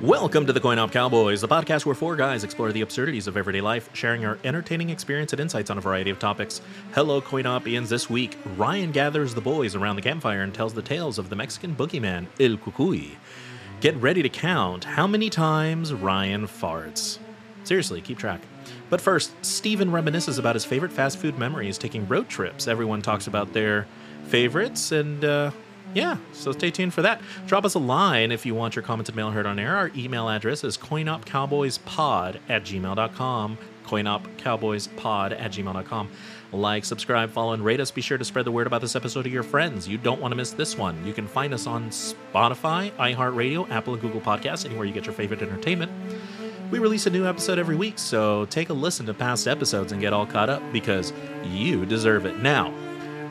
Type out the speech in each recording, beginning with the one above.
Welcome to the Coin Op Cowboys, the podcast where four guys explore the absurdities of everyday life, sharing our entertaining experience and insights on a variety of topics. Hello, Coin Opians. This week, Ryan gathers the boys around the campfire and tells the tales of the Mexican boogeyman, El Cucuy. Get ready to count how many times Ryan farts. Seriously, keep track. But first, Steven reminisces about his favorite fast food memories taking road trips. Everyone talks about their favorites, and uh, yeah, so stay tuned for that. Drop us a line if you want your comments and mail heard on air. Our email address is coinopcowboyspod at gmail.com. Coinopcowboyspod at gmail.com. Like, subscribe, follow, and rate us. Be sure to spread the word about this episode to your friends. You don't want to miss this one. You can find us on Spotify, iHeartRadio, Apple, and Google Podcasts, anywhere you get your favorite entertainment. We release a new episode every week, so take a listen to past episodes and get all caught up because you deserve it. Now,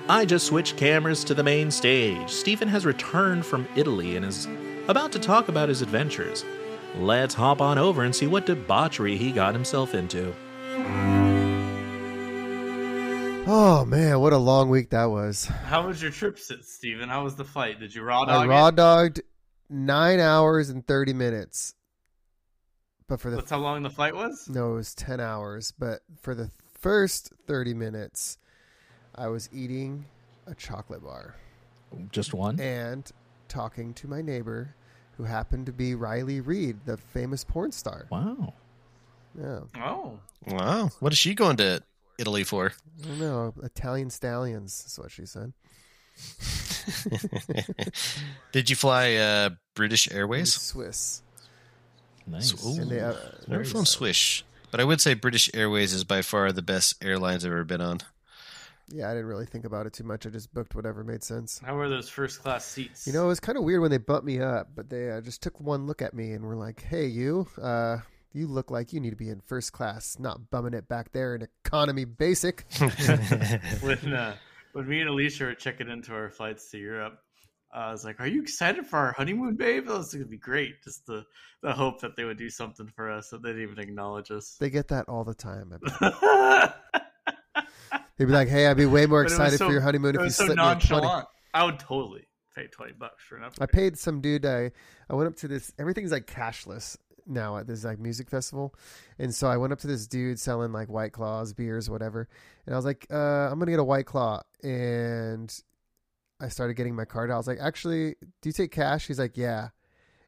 I just switched cameras to the main stage. Stephen has returned from Italy and is about to talk about his adventures. Let's hop on over and see what debauchery he got himself into. Oh man, what a long week that was. How was your trip, Steven? How was the flight? Did you raw dog I it? raw dogged nine hours and thirty minutes, but for the That's how long the flight was? no, it was ten hours. But for the first thirty minutes, I was eating a chocolate bar Just Eh. one? and talking to my neighbor, who happened to be Riley Reed, the famous porn star. Wow. Yeah, Oh, Wow. What is she going to Italy for? I don't know Italian stallions. That's what she said. Did you fly uh, British Airways? Swiss. Nice. Ooh, And they, uh, Never very flown sad. Swish, but I would say British Airways is by far the best airlines I've ever been on. Yeah, I didn't really think about it too much. I just booked whatever made sense. how were those first class seats? You know, it was kind of weird when they bumped me up, but they uh, just took one look at me and were like, "Hey, you, uh, you look like you need to be in first class, not bumming it back there in economy basic." when uh, when me and Alicia were checking into our flights to Europe, uh, I was like, "Are you excited for our honeymoon, babe? That was gonna be great." Just the the hope that they would do something for us, that they didn't even acknowledge us. they get that all the time. I bet. But They'd be like, "Hey, I'd be way more it was excited so- for your honeymoon it if you was so slipped me a twenty. nonchalant. I would totally pay twenty bucks for an I upgrade. paid some dude. I I went up to this. Everything's like cashless now at this like music festival, and so I went up to this dude selling like white claws, beers, whatever. And I was like, uh, I'm gonna get a white claw, and I started getting my card. out. I was like, actually, do you take cash? He's like, yeah.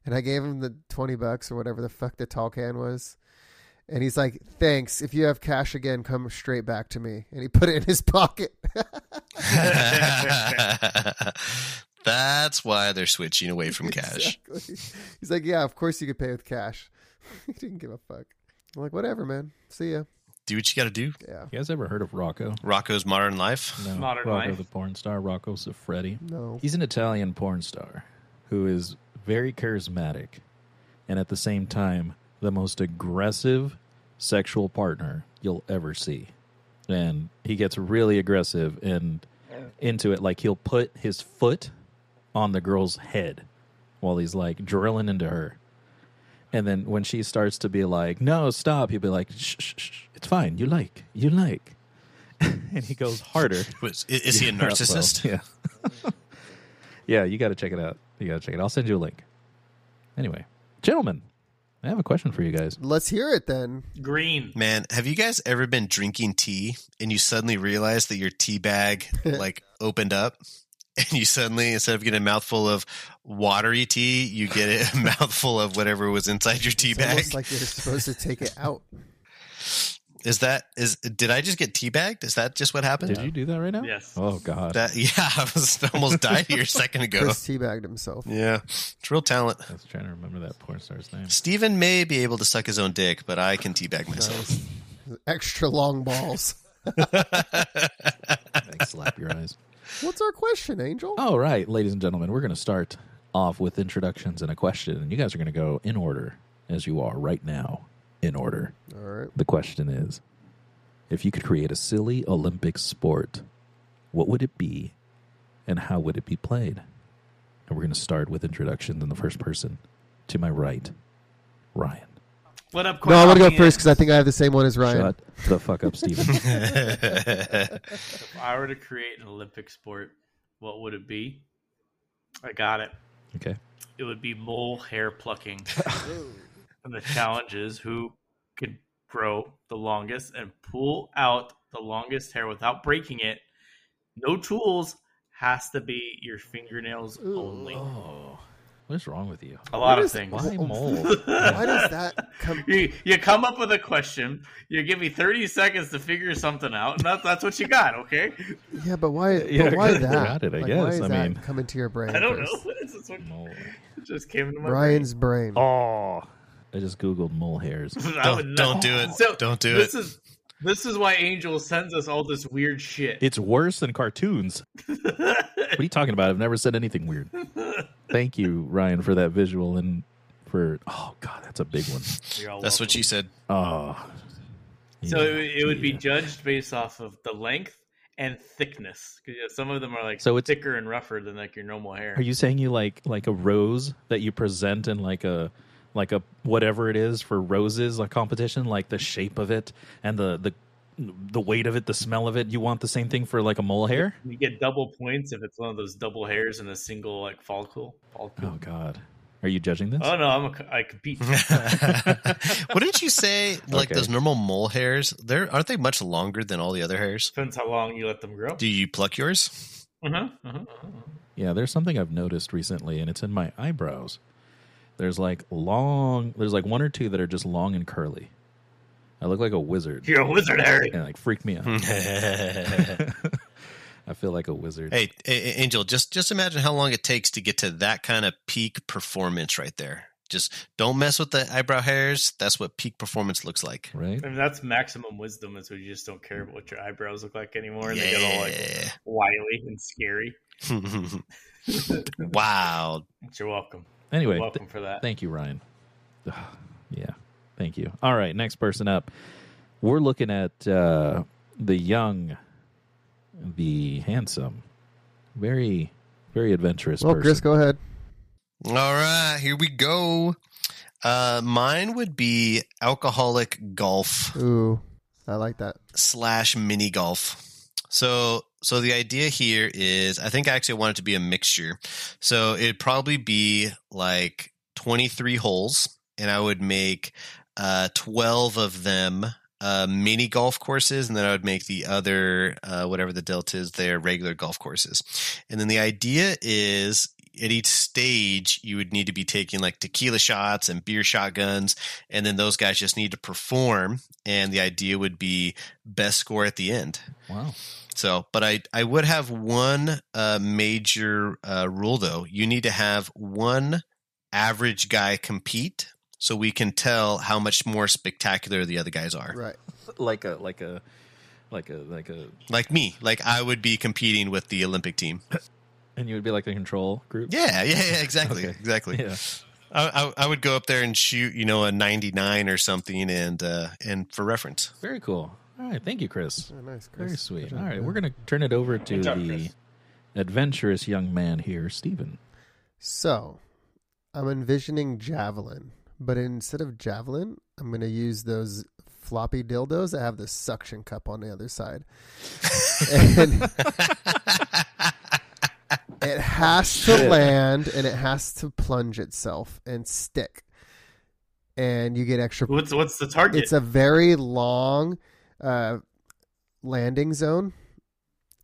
And I gave him the twenty bucks or whatever the fuck the tall can was. And he's like, "Thanks. If you have cash again, come straight back to me." And he put it in his pocket. That's why they're switching away from cash. Exactly. He's like, yeah, of course you could pay with cash. he didn't give a fuck. I'm like, whatever, man. See ya. Do what you got to do. Yeah. You guys ever heard of Rocco? Rocco's Modern Life. No. Modern Rocco Life. the porn star, Rocco Siffredi. No. He's an Italian porn star who is very charismatic and at the same time the most aggressive sexual partner you'll ever see. And he gets really aggressive and into it like he'll put his foot on the girl's head while he's like drilling into her. And then when she starts to be like, "No, stop," he'll be like, "Shh, shh, shh. it's fine. You like, you like," and he goes harder. Was- i- Is he a Yeah, well, narcissist? yeah. yeah, you got to check it out. You got to check it. I'll send you a link. Anyway, gentlemen, I have a question for you guys. Let's hear it then. Green. Man, have you guys ever been drinking tea and you suddenly realize that your tea bag like opened up? And you suddenly, instead of getting a mouthful of watery tea, you get a mouthful of whatever was inside your tea It's almost bag. like you're supposed to take it out. is that is? Did I just get tea bagged? Is that just what happened? Did you do that right now? Yes. Oh God, That yeah, I was almost died here a second ago. Chris teabagged himself. Yeah, it's real talent. I was trying to remember that porn star's name. Steven may be able to suck his own dick, but I can teabag myself. Nice. Extra long balls. Thanks, slap your eyes. What's our question, Angel? All right, ladies and gentlemen, we're going to start off with introductions and a question, and you guys are going to go in order as you are right now. In order, All right. the question is: If you could create a silly Olympic sport, what would it be, and how would it be played? And we're going to start with introductions in the first person. To my right, Ryan. What up? No, I want to go Koinonia? first because I think I have the same one as Ryan. Shut the fuck up, Steven. If I were to create an Olympic sport, what would it be? I got it. okay. it would be mole hair plucking. and the challenge is who could grow the longest and pull out the longest hair without breaking it. No tools has to be your fingernails Ooh. only. Oh, what is wrong with you? A lot of is- things. Why Wha- mole? Why does that come? You, you come up with a question. You give me thirty seconds to figure something out, and that's that's what you got. Okay, Yeah, but why? Yeah, but why good. that? Got it, I like, guess. Why is I that mean- coming to your brain? I don't know. first? It's just what mole. it just came to my Ryan's brain. Oh, I just googled mole hairs. brain. I would Don't, not- don't do it. So, don't do this it. is this is why Angel sends us all this weird shit. It's worse than cartoons. What are you talking about? I've never said anything weird. Thank you, Ryan, for that visual and for oh god, that's a big one. That's what she said. Oh, So Yeah, it, it would be yeah. judged based off of the length and thickness. 'Cause, yeah, some of them are like So it's- thicker and rougher than like your normal hair. Are you saying you like like a rose that you present in like a like a whatever it is for roses a competition like the shape of it and the the the weight of it the smell of it you want the same thing for like a mole hair? You get double points if it's one of those double hairs in a single like follicle. Oh follicle. god. Are you judging this? Oh, no, I'm a, co- I compete. Wouldn't you say like Okay. those normal mole hairs? They're aren't they much longer than all the other hairs? Depends how long you let them grow. Do you pluck yours? Uh-huh, uh-huh, uh-huh. Yeah, there's something I've noticed recently, and it's in my eyebrows. There's like long, there's like one or two that are just long and curly. I look like a wizard. You're a wizard, Harry. And like freak me Hmm. out. hey, I feel like a wizard. A- A- Angel, just just imagine how long it takes to get to that kind of peak performance right there. Just don't mess with the eyebrow hairs. That's what peak performance looks like. Right? I mean, that's maximum wisdom, is when you just don't care about what your eyebrows look like anymore. And they get all like Yeah. wily and scary. wow. You're welcome. Anyway, th- Welcome for that. thank you, Ryan. Ugh, yeah, thank you. All right, next person up. We're looking at uh, the young, the handsome, very, very adventurous Well, person. Chris, go ahead. All right, here we go. Uh, mine would be alcoholic golf Ooh, I like that. slash mini golf. So, so the idea here is, I think I actually want it to be a mixture. So it'd probably be like twenty three holes, and I would make uh, twelve of them uh, mini golf courses, and then I would make the other uh, whatever the delta is there regular golf courses. And then the idea is at each stage you would need to be taking like tequila shots and beer shotguns and then those guys just need to perform and the idea would be best score at the end Wow. so but i i would have one uh major uh rule though you need to have one average guy compete so we can tell how much more spectacular the other guys are Right. Like a, like a, like a, like a, like me like i would be competing with the olympic team and you would be like the control group? yeah yeah, yeah exactly Okay. exactly Yeah. I, I I would go up there and shoot, you know, a 99 or something, and uh, and for reference. Very cool. All right. Thank you, Chris. Oh, nice, Chris. Very Good sweet. job, All right. man. We're going to turn it over to Good job, the Chris. adventurous young man here, Stephen. So, I'm envisioning javelin, but instead of javelin, I'm going to use those floppy dildos that have the suction cup on the other side. and it has to land and it has to plunge itself and stick. And you get extra What's what's the target? it's a very long uh, landing zone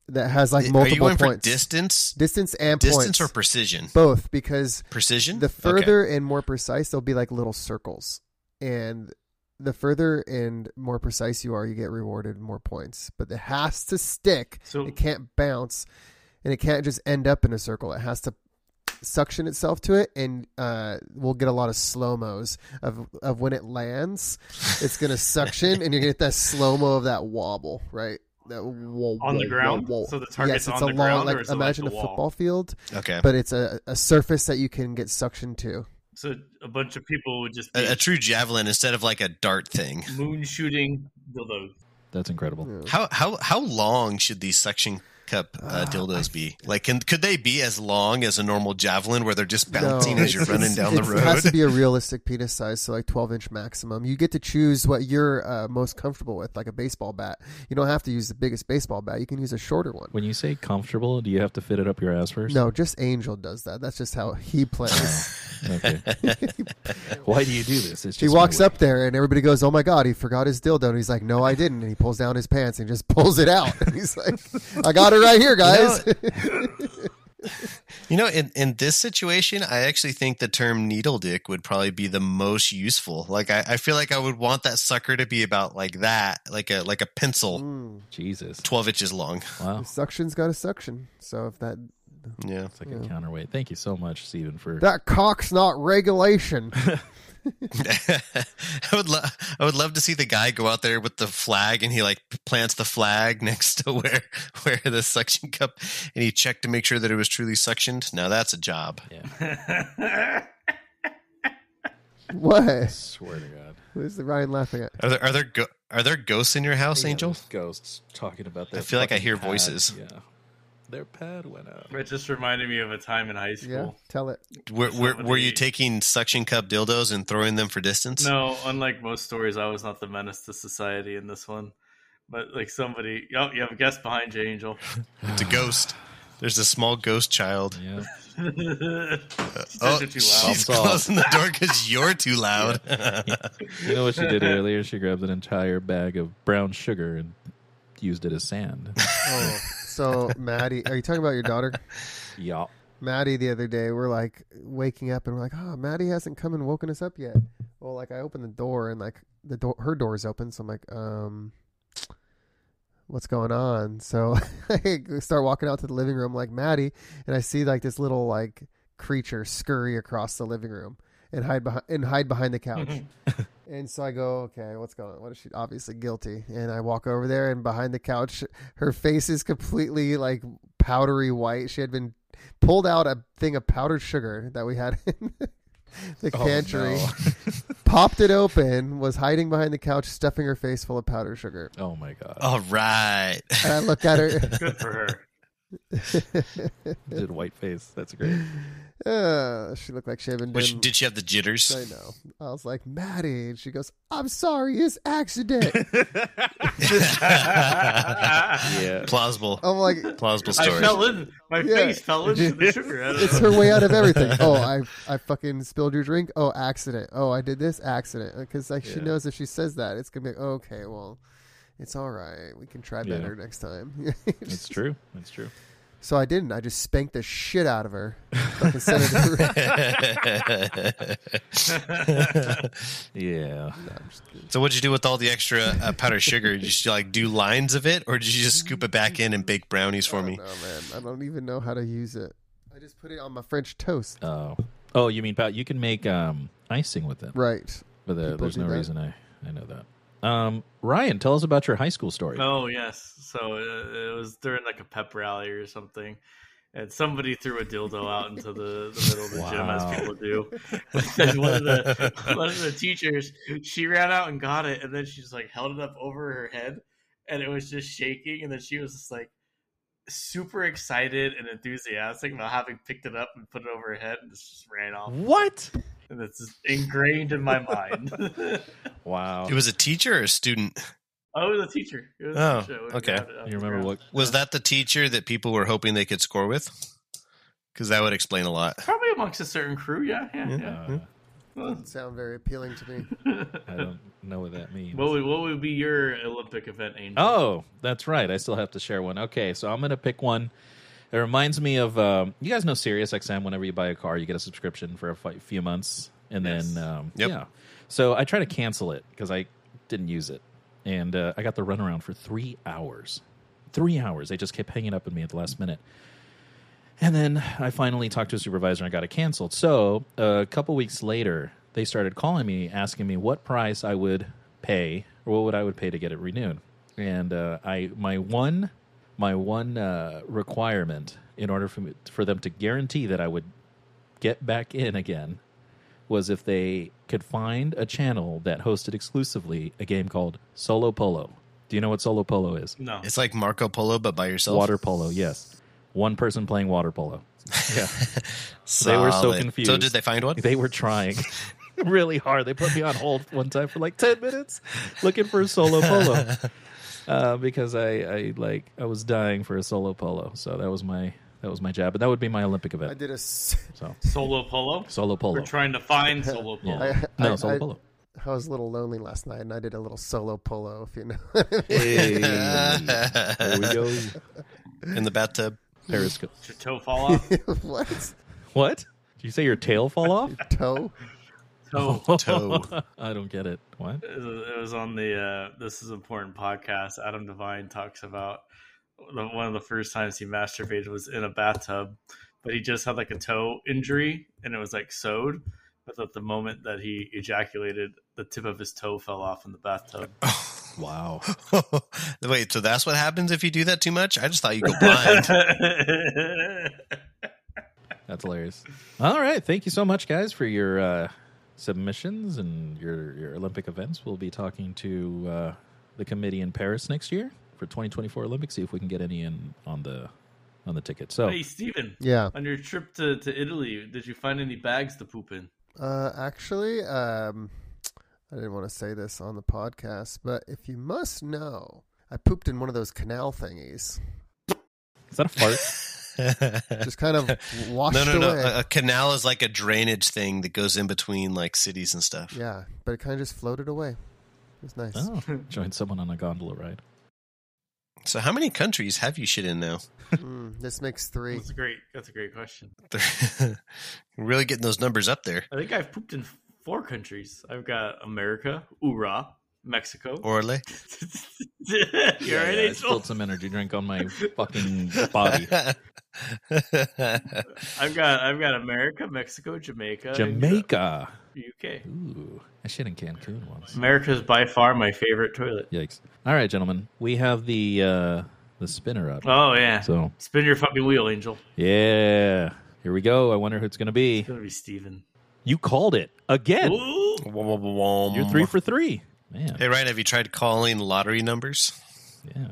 that has like Are you multiple going points. for distance, distance and distance points. or precision? both because Precision. the Okay. further and more precise they'll be like little circles and the further and more precise you are you get rewarded more points but it has to stick So- it can't bounce and it can't just end up in a circle it has to suction itself to it and uh, we'll get a lot of slow mos of, of when it lands it's going to suction and you're going to get that slow mo of that wobble right that wo- On the wo- ground? wo- wo- So the target's yes, it's on a the long, ground, like or is it like imagine the a wall? football field Okay. but it's a, a surface that you can get suctioned to. so a bunch of people would just be a, a true javelin instead of like a dart thing. moon shooting dildos. That's incredible. Yeah. How how how long should these suction cup uh, dildos be? Like, can, could they be as long as a normal javelin where they're just bouncing as you're it's- running it's- down the it's- It has to road? be a realistic penis size, so like 12 inch maximum. You get to choose what you're uh, most comfortable with, like a baseball bat. You don't have to use the biggest baseball bat. You can use a shorter one. When you say comfortable, do you have to fit it up your ass first? No, just Angel does that. That's just how he plays. Okay. Why do you do this? It's just he walks my way. up there and everybody goes, "Oh my god, he forgot his dildo." And he's like, "No, I didn't." And he pulls down his pants and just pulls it out. And he's like, "I got it right here, guys." You know, in, in this situation, I actually think the term needle dick would probably be the most useful. Like, I, I feel like I would want that sucker to be about like that, like a like a pencil, Mm. Jesus. 12 inches long. Wow. The suction's got a suction. So if that Yeah. It's like a counterweight. Thank you so much, Stephen, for that cock's not regulation, I would love I would love to see the guy go out there with the flag and he like plants the flag next to where where the suction cup and he checked to make sure that it was truly suctioned. Now that's a job. I what? swear to God. What is the Ryan laughing at? Are there are there go, are there ghosts in your house, Angel? ghosts talking about their feel like I fucking hear pad. voices. Yeah. Their pad went out. It just reminded me of a time in high school. Yeah, tell it. Were, were, Somebody- were you taking suction cup dildos and throwing them for distance? No, unlike most stories, I was not the menace to society in this one. But like somebody, oh, you have a guest behind you, Angel. It's a ghost. There's a small ghost child. Yeah. She says Oh, you're too loud. she's Bumps off. closing the door because you're too loud. You know what she did earlier? She grabbed an entire bag of brown sugar and used it as sand. Oh, so Maddie, are you talking about your daughter? yeah. Maddie the other day, we're like waking up and we're like, oh, Maddie hasn't come and woken us up yet. Well, like I open the door and like the door, her door's open, so I'm like, um, what's going on? So I start walking out to the living room, like Maddie, and I see like this little like creature scurry across the living room and hide behind and hide behind the couch. And so I go, okay, what's going on? What is she obviously guilty? And I walk over there, and behind the couch, her face is completely like powdery white. She had been pulled out a thing of powdered sugar that we had in the Oh, pantry, popped it open, was hiding behind the couch, stuffing her face full of powdered sugar. Oh my God. All right. And I look at her. Good for her. Did white face. That's great. uh, she looked like she had been Which, doing- did she have the jitters? I know. I was like, Maddie. And she goes, I'm sorry, it's accident. Yeah. Plausible. I'm like, Plausible Oh, I story. fell in. My Yeah. face fell into the sugar. I don't It's know. her way out of everything. Oh, I I fucking spilled your drink. Oh, accident. Oh, I did this accident. Because like she Yeah. knows if she says that, it's gonna be like, okay, well, it's all right. We can try Yeah. better next time. It's true. It's true. So I didn't. I just spanked the shit out of her. Fucking sent her to the room. Yeah. so what'd you do with all the extra uh, powdered sugar? Did you like do lines of it, or did you just scoop it back in and bake brownies for me? No man, I don't even know how to use it. I just put it on my French toast. Oh. Oh, you mean Pat? You can make um, icing with it. Right. But uh, People there's do no that. reason I, I know that. Um, Ryan, tell us about your high school story. Oh yes. So uh, it was during like a pep rally or something, and somebody threw a dildo out into the, the middle of the gym Wow. as people do. and one of the one of the teachers, she ran out and got it, and then she just like held it up over her head, and it was just shaking, and then she was just like super excited and enthusiastic about having picked it up and put it over her head and just ran off What? and it's just ingrained in my mind Wow. It was a teacher or a student. oh it was a teacher it was a Oh, teacher. I okay. grabbed it off You the remember ground. what? Was that the teacher that people were hoping they could score with? Because that would explain a lot. Probably amongst a certain crew, yeah, yeah, yeah. Uh, Well, Doesn't sound very appealing to me. I don't know what that means. What would, what would be your Olympic event, Angel? Oh, that's right. I still have to share one. Okay, so I'm gonna pick one. It reminds me of um, you guys know SiriusXM. Whenever you buy a car, you get a subscription for a fi- few months, and Yes. then um, Yep. yeah. So I try to cancel it because I didn't use it, and uh, I got the runaround for three hours. Three hours. They just kept hanging up on me at the last minute. And then I finally talked to a supervisor and I got it canceled. So a couple weeks later, they started calling me asking me what price I would pay or what would I would pay to get it renewed. And uh, I my one my one uh, requirement in order for me, for them to guarantee that I would get back in again was if they could find a channel that hosted exclusively a game called Solo Polo. Do you know what solo polo is? No. It's like Marco Polo, but by yourself. Water polo, yes. One person playing water polo. Yeah. Solid. were so confused. So did they find one? they were trying really hard. They put me on hold one time for like 10 minutes looking for a solo polo. Uh, because I, I like I was dying for a solo polo. So that was my that was my job. But that would be my Olympic I event. did a. s- So Solo polo? solo polo. We're trying to find solo polo. Yeah. no, I- solo I- polo. I was a little lonely last night, and I did a little solo polo. If you know, Hey, there we go. In the bathtub. Periscope. Did your toe fall off? what What? Did you say your tail fall off? toe? toe. Toe. I don't get it. What? It was on the uh, This Is Important podcast. Adam Devine talks about the, one of the first times he masturbated was in a bathtub, but he just had like a toe injury and it was like sewed. But at the moment that he ejaculated, the tip of his toe fell off in the bathtub. Wow. Wait, so that's what happens if you do that too much? I just thought you go blind. That's hilarious. All right. Thank you so much, guys, for your uh, submissions and your, your Olympic events. We'll be talking to uh, the committee in Paris next year for 2024 Olympics. See if we can get any in on the on the ticket. So Hey, Steven, Yeah. on your trip to, to Italy, did you find any bags to poop in? Uh, actually, um, I didn't want to say this on the podcast, but if you must know, I pooped in one of those canal is thingies, that a fart? just kind of washed no, no, no. away. A, a canal is like a drainage thing that goes in between like cities and stuff. yeah, but it kind of just floated away. It was nice. oh, join someone on a gondola ride. So how many countries have you shit in now? Mm, this makes three. That's a great. That's a great question. really getting those numbers up there. I think I've pooped in four countries. I've got America, Ura, Mexico. Orle. You're Yeah, right, yeah, I Angel. spilled some energy drink on my fucking body. I've got I've got America, Mexico, Jamaica, and, uh, Jamaica. UK. Ooh, I shit in Cancun once. America is by far my favorite toilet. Yikes! All right, gentlemen, we have the uh, the spinner up. Oh yeah, So spin your fucking wheel, Angel. yeah, here we go. I wonder who it's gonna be. It's gonna be Steven. You called it again. Ooh, You're three for three. Man, Hey Ryan, have you tried calling lottery numbers? yeah.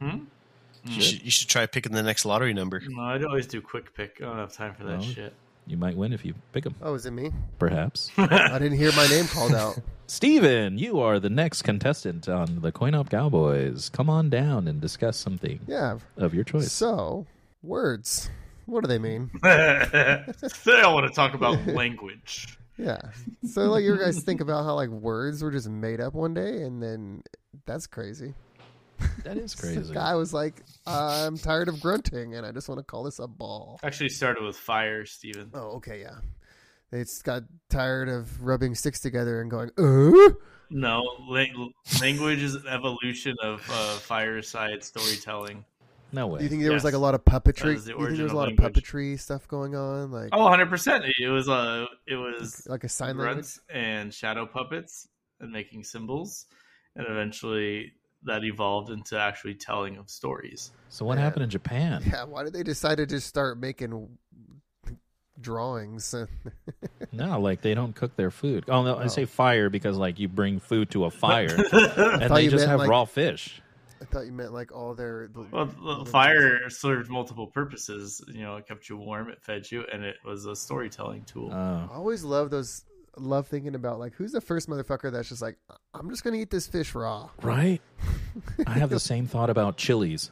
You, should, you should try picking the next lottery number. no, I'd always do quick pick. I don't have time for that Well. shit. You might win if you pick them, Oh, is it me? perhaps. I didn't hear my name called out. Steven, you are the next contestant on the Coin Op Cowboys. Come on down and discuss something Yeah. of your choice. So, words. What do they mean? Today I want to talk about language. Yeah. So, like, you guys think about how, like, words were just made up one day, and then that's crazy. That is The crazy. guy was like, I'm tired of grunting, and I just want to call this a ball. Actually, started with fire, Steven. Oh, okay, yeah. They just got tired of rubbing sticks together and going, "Uh?" "Ooh." No, lang- language is an evolution of uh, fireside storytelling. No Do you way. think there was Yes. like a lot of That puppetry? is the Do you think origin there was a of lot of language. puppetry stuff going on, like Oh, 100%. It was uh it was like a sign language? grunts and shadow puppets and making symbols and eventually that evolved into actually telling of stories. So what happened in Japan? Yeah. Why did they decide to just start making drawings? No, like they don't cook their food. Oh no, I say fire because like you bring food to a fire, and thought they you just meant, have like- raw fish. I thought you meant like all their. the- Well, the fire served multiple purposes. You know, it kept you warm, it fed you, and it was a storytelling tool. Uh, I always love those. Love thinking about like who's the first motherfucker that's just like I'm just gonna eat this fish raw. right? I have the same thought about chilies.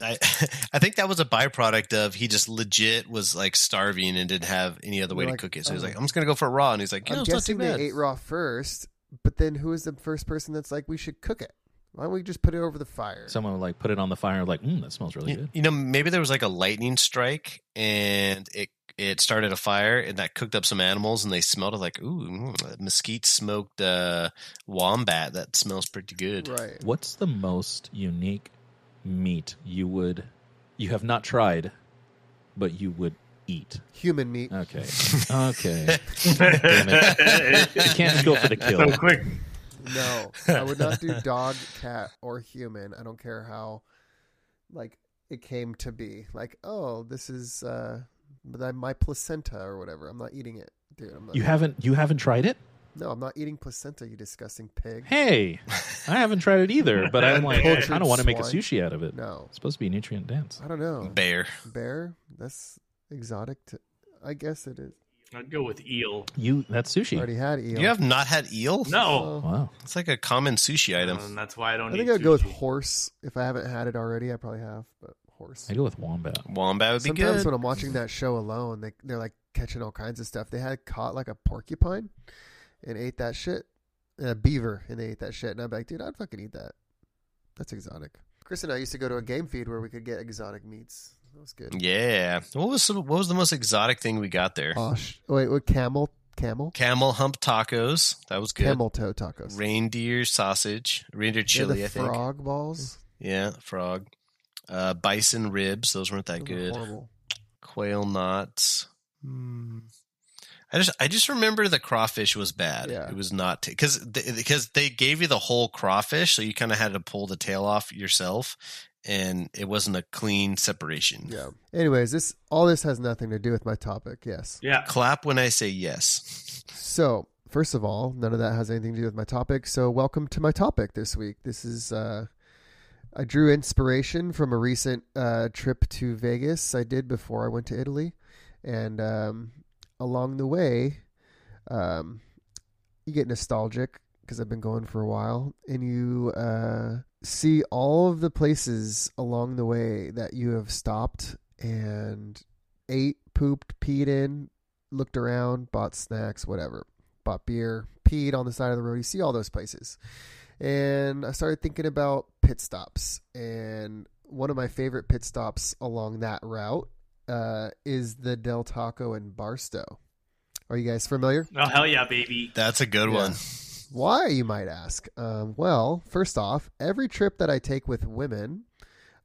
I, I think that was a byproduct of he just legit was like starving and didn't have any other way You're to like, cook it. So he's oh. like, I'm just gonna go for it raw, and he's like, you I'm know, it's not too guessing they bad. ate raw first, but then who is the first person that's like we should cook it? Why don't we just put it over the fire? Someone would like put it on the fire, and like, mm, that smells really You, good. you know, maybe there was like a lightning strike and it it started a fire and that cooked up some animals and they smelled it like ooh mm, mesquite smoked uh, wombat that smells pretty good. right. What's the most unique meat you would you have not tried, but you would eat? Human meat. Okay, okay. Damn it. You can't go for the kill. so quick. No, I would not do dog, cat, or human. I don't care how, like, it came to be. Like, oh, this is uh, my my placenta or whatever. I'm not eating it, dude. I'm not. You haven't you haven't tried it? No, I'm not eating placenta, you disgusting pig. Hey, I haven't tried it either, but I'm like, I kind of want to make a Swine. sushi out of it. No. It's supposed to be nutrient dense. I don't know. Bear. Bear? That's exotic. To, I guess it is. I'd go with eel. You Oh. that's sushi. already had eel. You have not had No, eel? So, Wow. It's like a common sushi item. Uh, and that's why I don't. I think eat I'd go with sushi. horse. If I haven't had it already, I probably have, but horse. I go with wombat. Wombat would be Sometimes good. when I'm watching that show alone, they they're like catching all kinds of stuff. They had caught like a porcupine and ate that shit, and a beaver and they ate that shit. And I'm like, dude, I'd fucking eat that. That's exotic. Chris and I used to go to a game feed where we could get exotic meats. That was good. Yeah. What was some, what was the most exotic thing we got there? Osh, wait, what camel, camel, Camel hump tacos. That was good. camel toe tacos. Reindeer sausage. Reindeer They had chili, the I think. frog balls. Yeah, frog. Uh, bison ribs. Those weren't that Those were good. Horrible. Quail knots. Hmm. I just I just remember the crawfish was bad. Yeah. It was not because because they gave you the whole crawfish, so you kind of had to pull the tail off yourself, and it wasn't a clean separation. Yeah. Anyways, this all this has nothing to do with my topic. Yes. Yeah, Clap when I say yes. So, first of all, none of that has anything to do with my topic. So, welcome to my topic this week. This is uh, I drew inspiration from a recent uh, trip to Vegas I did before I went to Italy, and um, along the way, um, you get nostalgic because I've been going for a while, and you uh, see all of the places along the way that you have stopped and ate, pooped, peed in, looked around, bought snacks, whatever, bought beer, peed on the side of the road. You see all those places. And I started thinking about pit stops. And one of my favorite pit stops along that route uh, is the Del Taco in Barstow. Are you guys familiar? oh hell yeah, baby. That's a good Yeah. one. Why, you might ask? Um, well, first off, every trip that I take with women,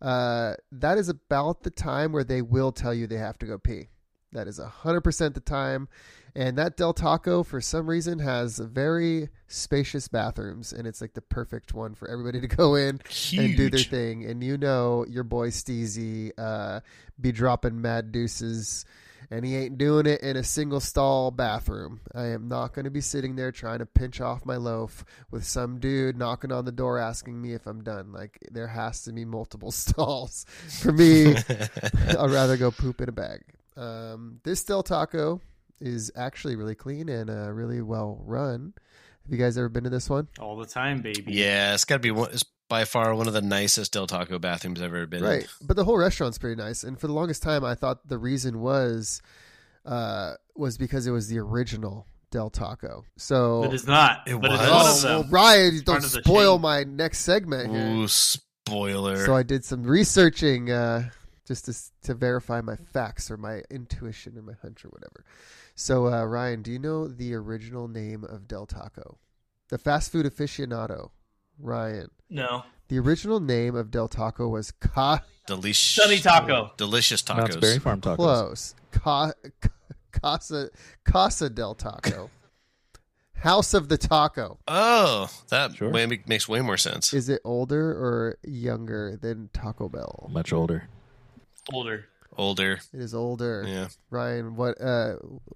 uh, that is about the time where they will tell you they have to go pee. That is 100% the time. And that Del Taco, for some reason, has very spacious bathrooms, and it's like the perfect one for everybody to go in Huge. and do their thing. And you know your boy Steezy uh, be dropping mad deuces, and he ain't doing it in a single stall bathroom. I am not going to be sitting there trying to pinch off my loaf with some dude knocking on the door asking me if I'm done. Like there has to be multiple stalls for me. I'd rather go poop in a bag. Um, this Del Taco is actually really clean and uh, really well run. Have you guys ever been to this one? All the time, baby. Yeah, it's got to be one. It's by far one of the nicest Del Taco bathrooms I've ever been. in. Right. But the whole restaurant's pretty nice. And for the longest time, I thought the reason was uh, was because it was the original Del Taco. So. It is not. It but was. it's one oh, of well, them. Ryan, don't Part of the spoil chain. my next segment here. Ooh, spoiler. So I did some researching uh, just to, s- to verify my facts or my intuition or my hunch or whatever. So, uh, Ryan, do you know the original name of Del Taco? The fast food aficionado, Ryan. No, The original name of Del Taco was Ca Delicious. Sunny Taco. Delicious tacos. Knott's Berry Farm tacos. Close. Ca- Ca- Casa, Casa Del Taco. House of the Taco. Oh, that Sure. way, makes way more sense. Is it older or younger than Taco Bell? Much older. older. Older. It is older. Yeah. Ryan, what uh,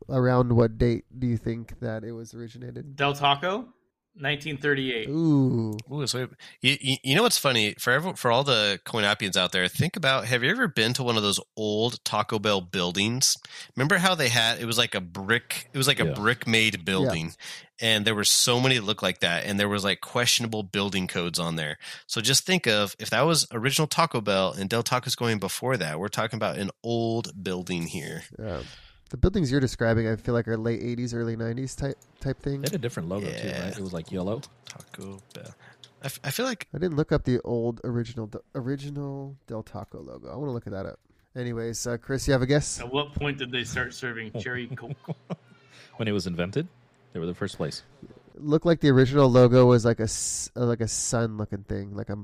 around what date do you think that it was originated? Del Taco, 1938. Ooh, Ooh, so you, you, you know what's funny for every, for all the Coinopians out there? Think about have you ever been to one of those old Taco Bell buildings? Remember how they had it was like a brick, it was like Yeah. a brick made building, and there were so many that looked like that, and there was like questionable building codes on there. So just think of if that was original Taco Bell and Del Taco's going before that. We're talking about an old building here. um, the buildings you're describing, I feel like are late '80s, early '90s type type They thing. had a different logo too, Yeah. right? It was like yellow. Taco Bell. I, f- I feel like I didn't look up the old original original Del Taco logo. I want to look that up. Anyways, uh, Chris, you have a guess? At what point did they start serving cherry coke? When it was invented, they were the first place. Looked like the original logo was like a s- uh, like a sun looking thing, like a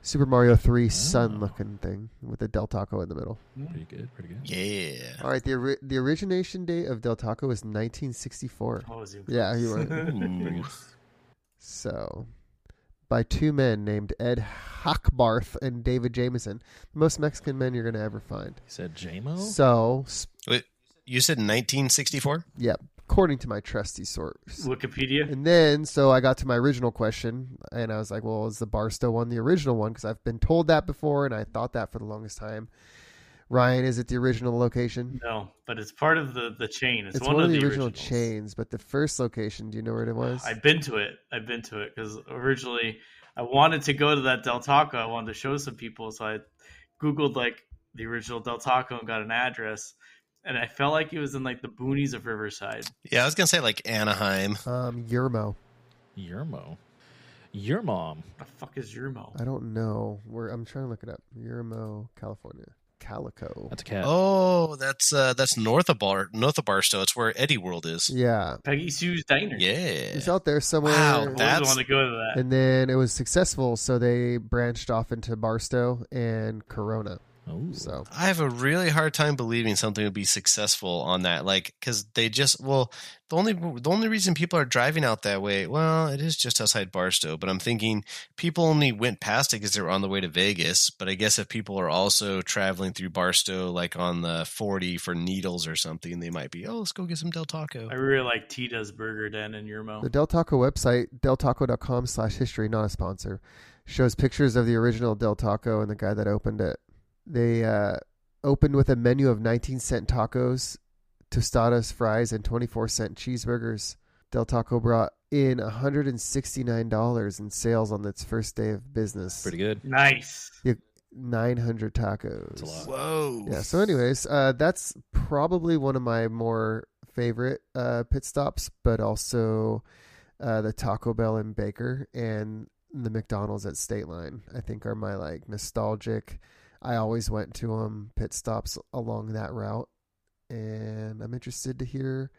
Super Mario Three sun looking thing with a Del Taco in the middle. Pretty good, pretty good. yeah. All right, the ori- the origination date of Del Taco was 1964. What was it? Yeah, you were. Ooh. So, by two men named Ed Hockbarth and David Jameson, the most Mexican men you're going to ever find. Oh. You said JMO? So, s- Wait, you said 1964? yep. according to my trusty source. Wikipedia. And then, so I got to my original question, and I was like, "Well, is the Barstow one the original one?" Because I've been told that before, and I thought that for the longest time. Ryan, is it the original location? No, but it's part of the the chain. It's, It's, one, of the, original originals. chains, but the first location. Do you know where it was? I've been to it. I've been to it because originally I wanted to go to that Del Taco. I wanted to show some people, so I googled like the original Del Taco and got an address. And I felt like it was in like the boonies of Riverside. Yeah, I was gonna say like Anaheim. um, Yermo. Yermo. Your mom. The fuck is Yermo? I don't know where. I'm trying to look it up. Yermo, California. Calico. That's a cat. Oh, that's uh that's north of Bar north of Barstow. It's where Eddie World is. Yeah, Peggy Sue's Diner. Yeah. it's out there somewhere. Wow, I that- always want to go to that. and then it was successful, so they branched off into Barstow and Corona. Ooh. So I have a really hard time believing something would be successful on that. Like, because they just well, the only the only reason people are driving out that way, well, it is just outside Barstow. But I'm thinking people only went past it because they were on the way to Vegas. But I guess if people are also traveling through Barstow, like on the 40 for Needles or something, they might be, oh, let's go get some Del Taco. I really like Tita's Burger Den in Yermo. the Del Taco website, deltaco.com slash history, not a sponsor, shows pictures of the original Del Taco and the guy that opened it. They uh, opened with a menu of 19 cent tacos, tostadas, fries, and 24 cent cheeseburgers. Del Taco brought in $169 in sales on its first day of business. Pretty good. Nice. 900 tacos. That's a lot. Whoa. Yeah. So, anyways, uh, that's probably one of my more favorite uh, pit stops, but also uh, the Taco Bell and Baker and the McDonald's at State Line. I think are my like nostalgic. I always went to them pit stops along that route, and I'm interested to hear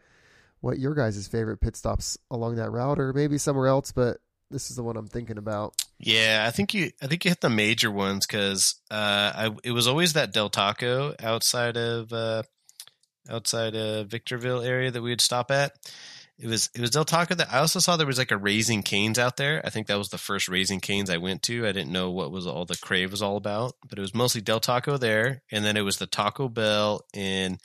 what your guys' favorite pit stops along that route, or maybe somewhere else. But this is the one I'm thinking about. Yeah, I think you I think you hit the major ones because uh, I it was always that Del Taco outside of uh, outside of Victorville area that we would stop at. It was it was Del Taco that I also saw there was like a Raising Canes out there. I think that was the first Raising Canes I went to. I didn't know what was all the crave was all about, but it was mostly Del Taco there, and then it was the Taco Bell in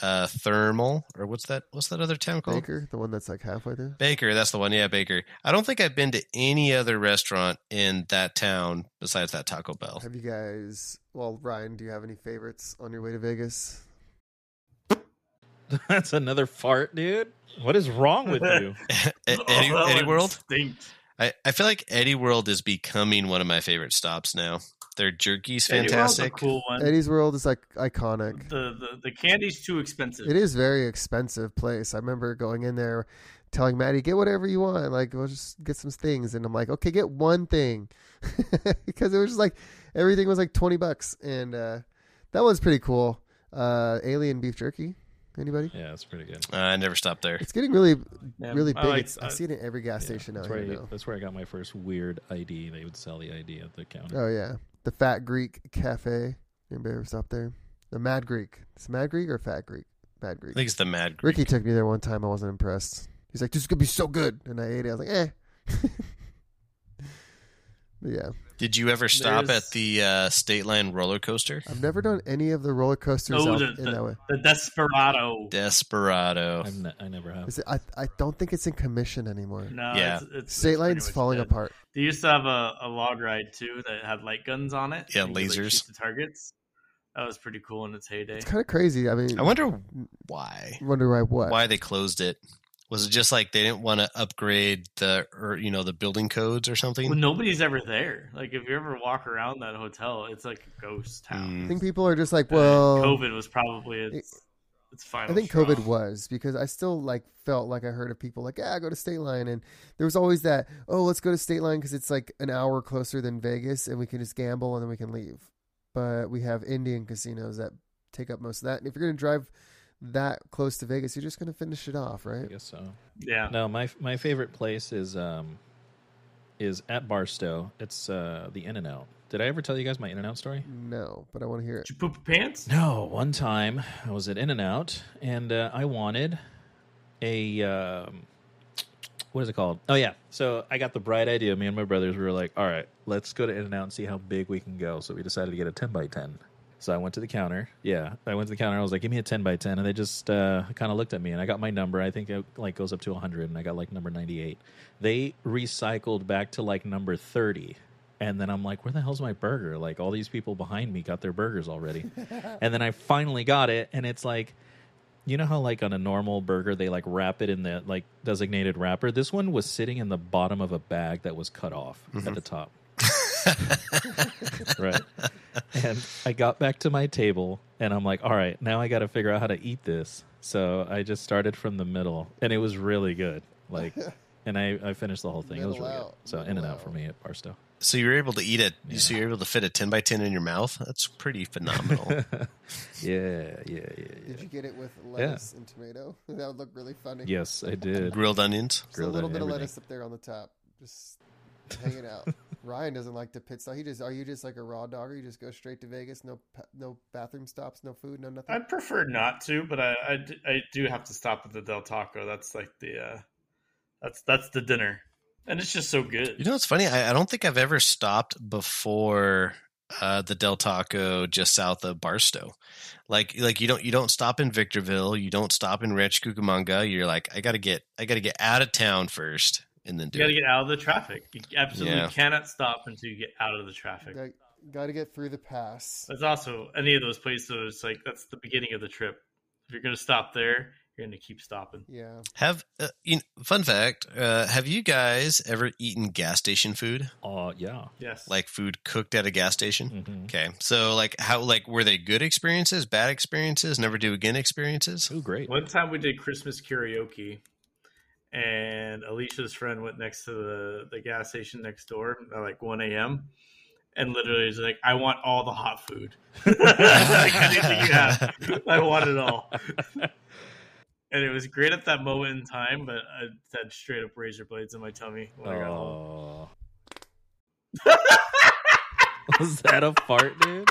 uh, Thermal or what's that what's that other town called? Baker, the one that's like halfway there. Baker, that's the one. Yeah, Baker. I don't think I've been to any other restaurant in that town besides that Taco Bell. Have you guys? Well, Ryan, do you have any favorites on your way to Vegas? That's another fart, dude. What is wrong with you? E, Eddie, Oh, Eddie World. instinct. I, I feel like Eddie World is becoming one of my favorite stops now. Their jerky's Eddie World's a fantastic. cool one. Eddie's World is like iconic. The, the the candy's too expensive. It is very expensive place. I remember going in there, telling Maddie, "Get whatever you want. Like, we'll just get some things." And I'm like, "Okay, get one thing," because it was just like everything was like twenty bucks, and uh, that was pretty cool. Uh, alien beef jerky. Anybody? Yeah, that's pretty good. Uh, I never stopped there. It's getting really, Yeah, really I big. like- it's, I, I- see it in every gas station out that's, here where I, now. that's where I got my first weird ID. They would sell the ID at the counter. Oh yeah, the Fat Greek Cafe. Anybody ever stop there? The Mad Greek. It's Mad Greek or Fat Greek? Mad I Greek. think it's the Mad Greek. Ricky took me there one time. I wasn't impressed. He's like, "This is gonna be so good," and I ate it. I was like, "Eh." but yeah, Did you ever stop There's- at the uh, State Line roller coaster? I've never done any of the roller coasters No, out the- in that way. The Desperado. Oh. Desperado. I'm ne- I never have. Is it, I I don't think it's in commission anymore. No, Yeah. it's, it's, State it's pretty line's much falling dead. apart. They used to have a, a log ride too that had light guns on it. Yeah, and you could, like, lasers. shoot the targets. That was pretty cool in its heyday. It's kind of crazy. I mean, I wonder why. wonder why what? Why they closed it? Was it just like they didn't want to upgrade the or you know the building codes or something? Well, nobody's ever there. Like if you ever walk around that hotel, it's like a ghost town. Hmm. I think people are just like, Uh, well, COVID was probably its, its final. I think straw. COVID was because I still like felt like I heard of people like, yeah, go to State Line, and there was always that, oh, let's go to State Line because it's like an hour closer than Vegas, and we can just gamble and then we can leave. But we have Indian casinos that take up most of that, and if you're gonna drive that close to Vegas, you're just gonna finish it off, I right? guess so. Yeah, No, my my favorite place is um is at Barstow. It's uh the In and Out. Did I ever tell you guys my In and Out story? No, but I want to hear it. did you poop your pants? No, one time I was at In and Out and uh, I wanted a um, what is it called? Oh yeah. So I got the bright idea. Me and my brothers we were like, all right, let's go to In and Out and see how big we can go. So we decided to get a ten by ten. So I went to the counter. Yeah, I went to the counter. I was like, "Give me a ten by 10. and they just uh, kind of looked at me, and I got my number. I think it like goes up to hundred, and I got like number ninety eight. They recycled back to like number thirty, and then I'm like, "Where the hell's my burger? Like all these people behind me got their burgers already." and then I finally got it, and it's like, you know how like on a normal burger they like wrap it in the like designated wrapper. This one was sitting in the bottom of a bag that was cut off at the top. right. And I got back to my table and I'm like, all right, now I got to figure out how to eat this. So I just started from the middle and it was really good. Like, and I, I finished the whole thing. it was Middle really out, good. So in middle and out out. for me at Barstow. So you were able to eat it. So you're able to fit a ten by ten in your mouth. That's pretty phenomenal. Yeah, yeah, yeah, yeah. Did you get it with lettuce and tomato? that would look really funny. Yes, I did. Grilled onions. Just a grilled little onion, bit of everything. lettuce up there on the top, just hanging out. Ryan doesn't like the pit stop. He just are you just like a raw dog, or you just go straight to Vegas? No, pa- no bathroom stops, no food, no nothing. I'd prefer not to, but I, I d- I do have to stop at the Del Taco. That's like the uh, that's that's the dinner, and it's just so good. You know, it's funny. I, I don't think I've ever stopped before uh, the Del Taco, just south of Barstow. Like, like you don't you don't stop in Victorville. You don't stop in Ranch Cucamonga. You're like, I gotta get I gotta get out of town first, and then do you got to it. get out of the traffic. You absolutely Yeah. cannot stop until you get out of the traffic. Got to get through the pass. That's also any of those places. Where it's like that's the beginning of the trip. If you're gonna stop there, you're gonna keep stopping. Yeah, Have uh, you know, fun fact? Uh, have you guys ever eaten gas station food? Oh, yeah. Yes, Like food cooked at a gas station? hmm Okay, so like how like were they good experiences, bad experiences, never do again experiences? Oh, great. One time we did Christmas karaoke, and Alicia's friend went next to the, the gas station next door at like 1 a.m. and literally was like, I want all the hot food. like, anything you have. I want it all. And it was great at that moment in time, but I had straight up razor blades in my tummy when I got home. Oh. Was that a fart, dude?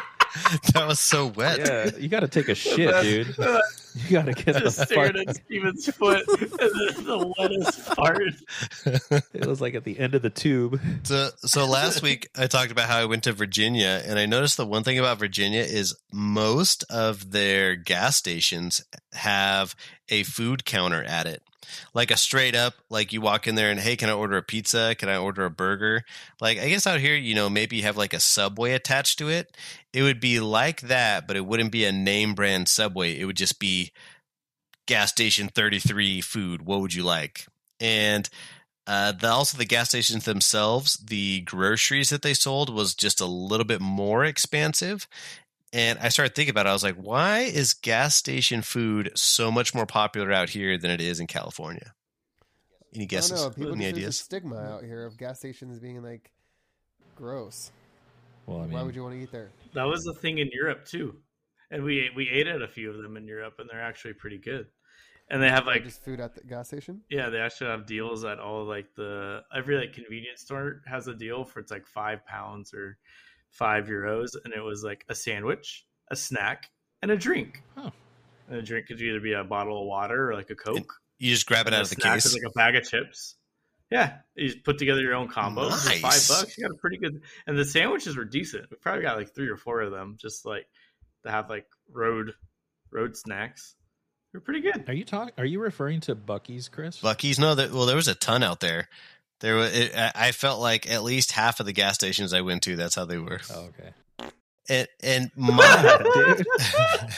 that was so wet. Yeah, you got to take a shit, dude. You got to get the Just fart. stared at Steven's foot and then the wettest fart. It was like at the end of the tube. So, so last week I talked about how I went to Virginia, and I noticed the one thing about Virginia is most of their gas stations have a food counter at it, like a straight up, like you walk in there and hey, can I order a pizza? Can I order a burger? Like I guess out here, you know, maybe you have like a Subway attached to it. It would be like that, but it wouldn't be a name brand Subway. It would just be gas station thirty three food. What would you like? And uh, the, also, the gas stations themselves, the groceries that they sold was just a little bit more expansive. And I started thinking about it. I was like, why is gas station food so much more popular out here than it is in California? Any I don't guesses? know. People just, Any there's a ideas? stigma out here of gas stations being like gross. Well, I mean, Why would you want to eat there? That was a thing in Europe too, and we ate- we ate at a few of them in Europe, and they're actually pretty good. And they have Or like just food at the gas station. yeah, they actually have deals at all like the every like convenience store has a deal for it's like five pounds or five euros, and it was like a sandwich, a snack, and a drink. Huh. And a drink could either be a bottle of water or like a coke. You just grab it And out a of the snack is case. like a bag of chips. Yeah, you just put together your own combo. for Nice. Five bucks, you got a pretty good. And the sandwiches were decent. We probably got like three or four of them, just like to have like road road snacks. They're pretty good. are you talking? Are you referring to Bucky's, Chris? Bucky's? No, there, well, there was a ton out there. There, wa- it, I I felt like at least half of the gas stations I went to, that's how they were. Oh, okay. And, and my, dude.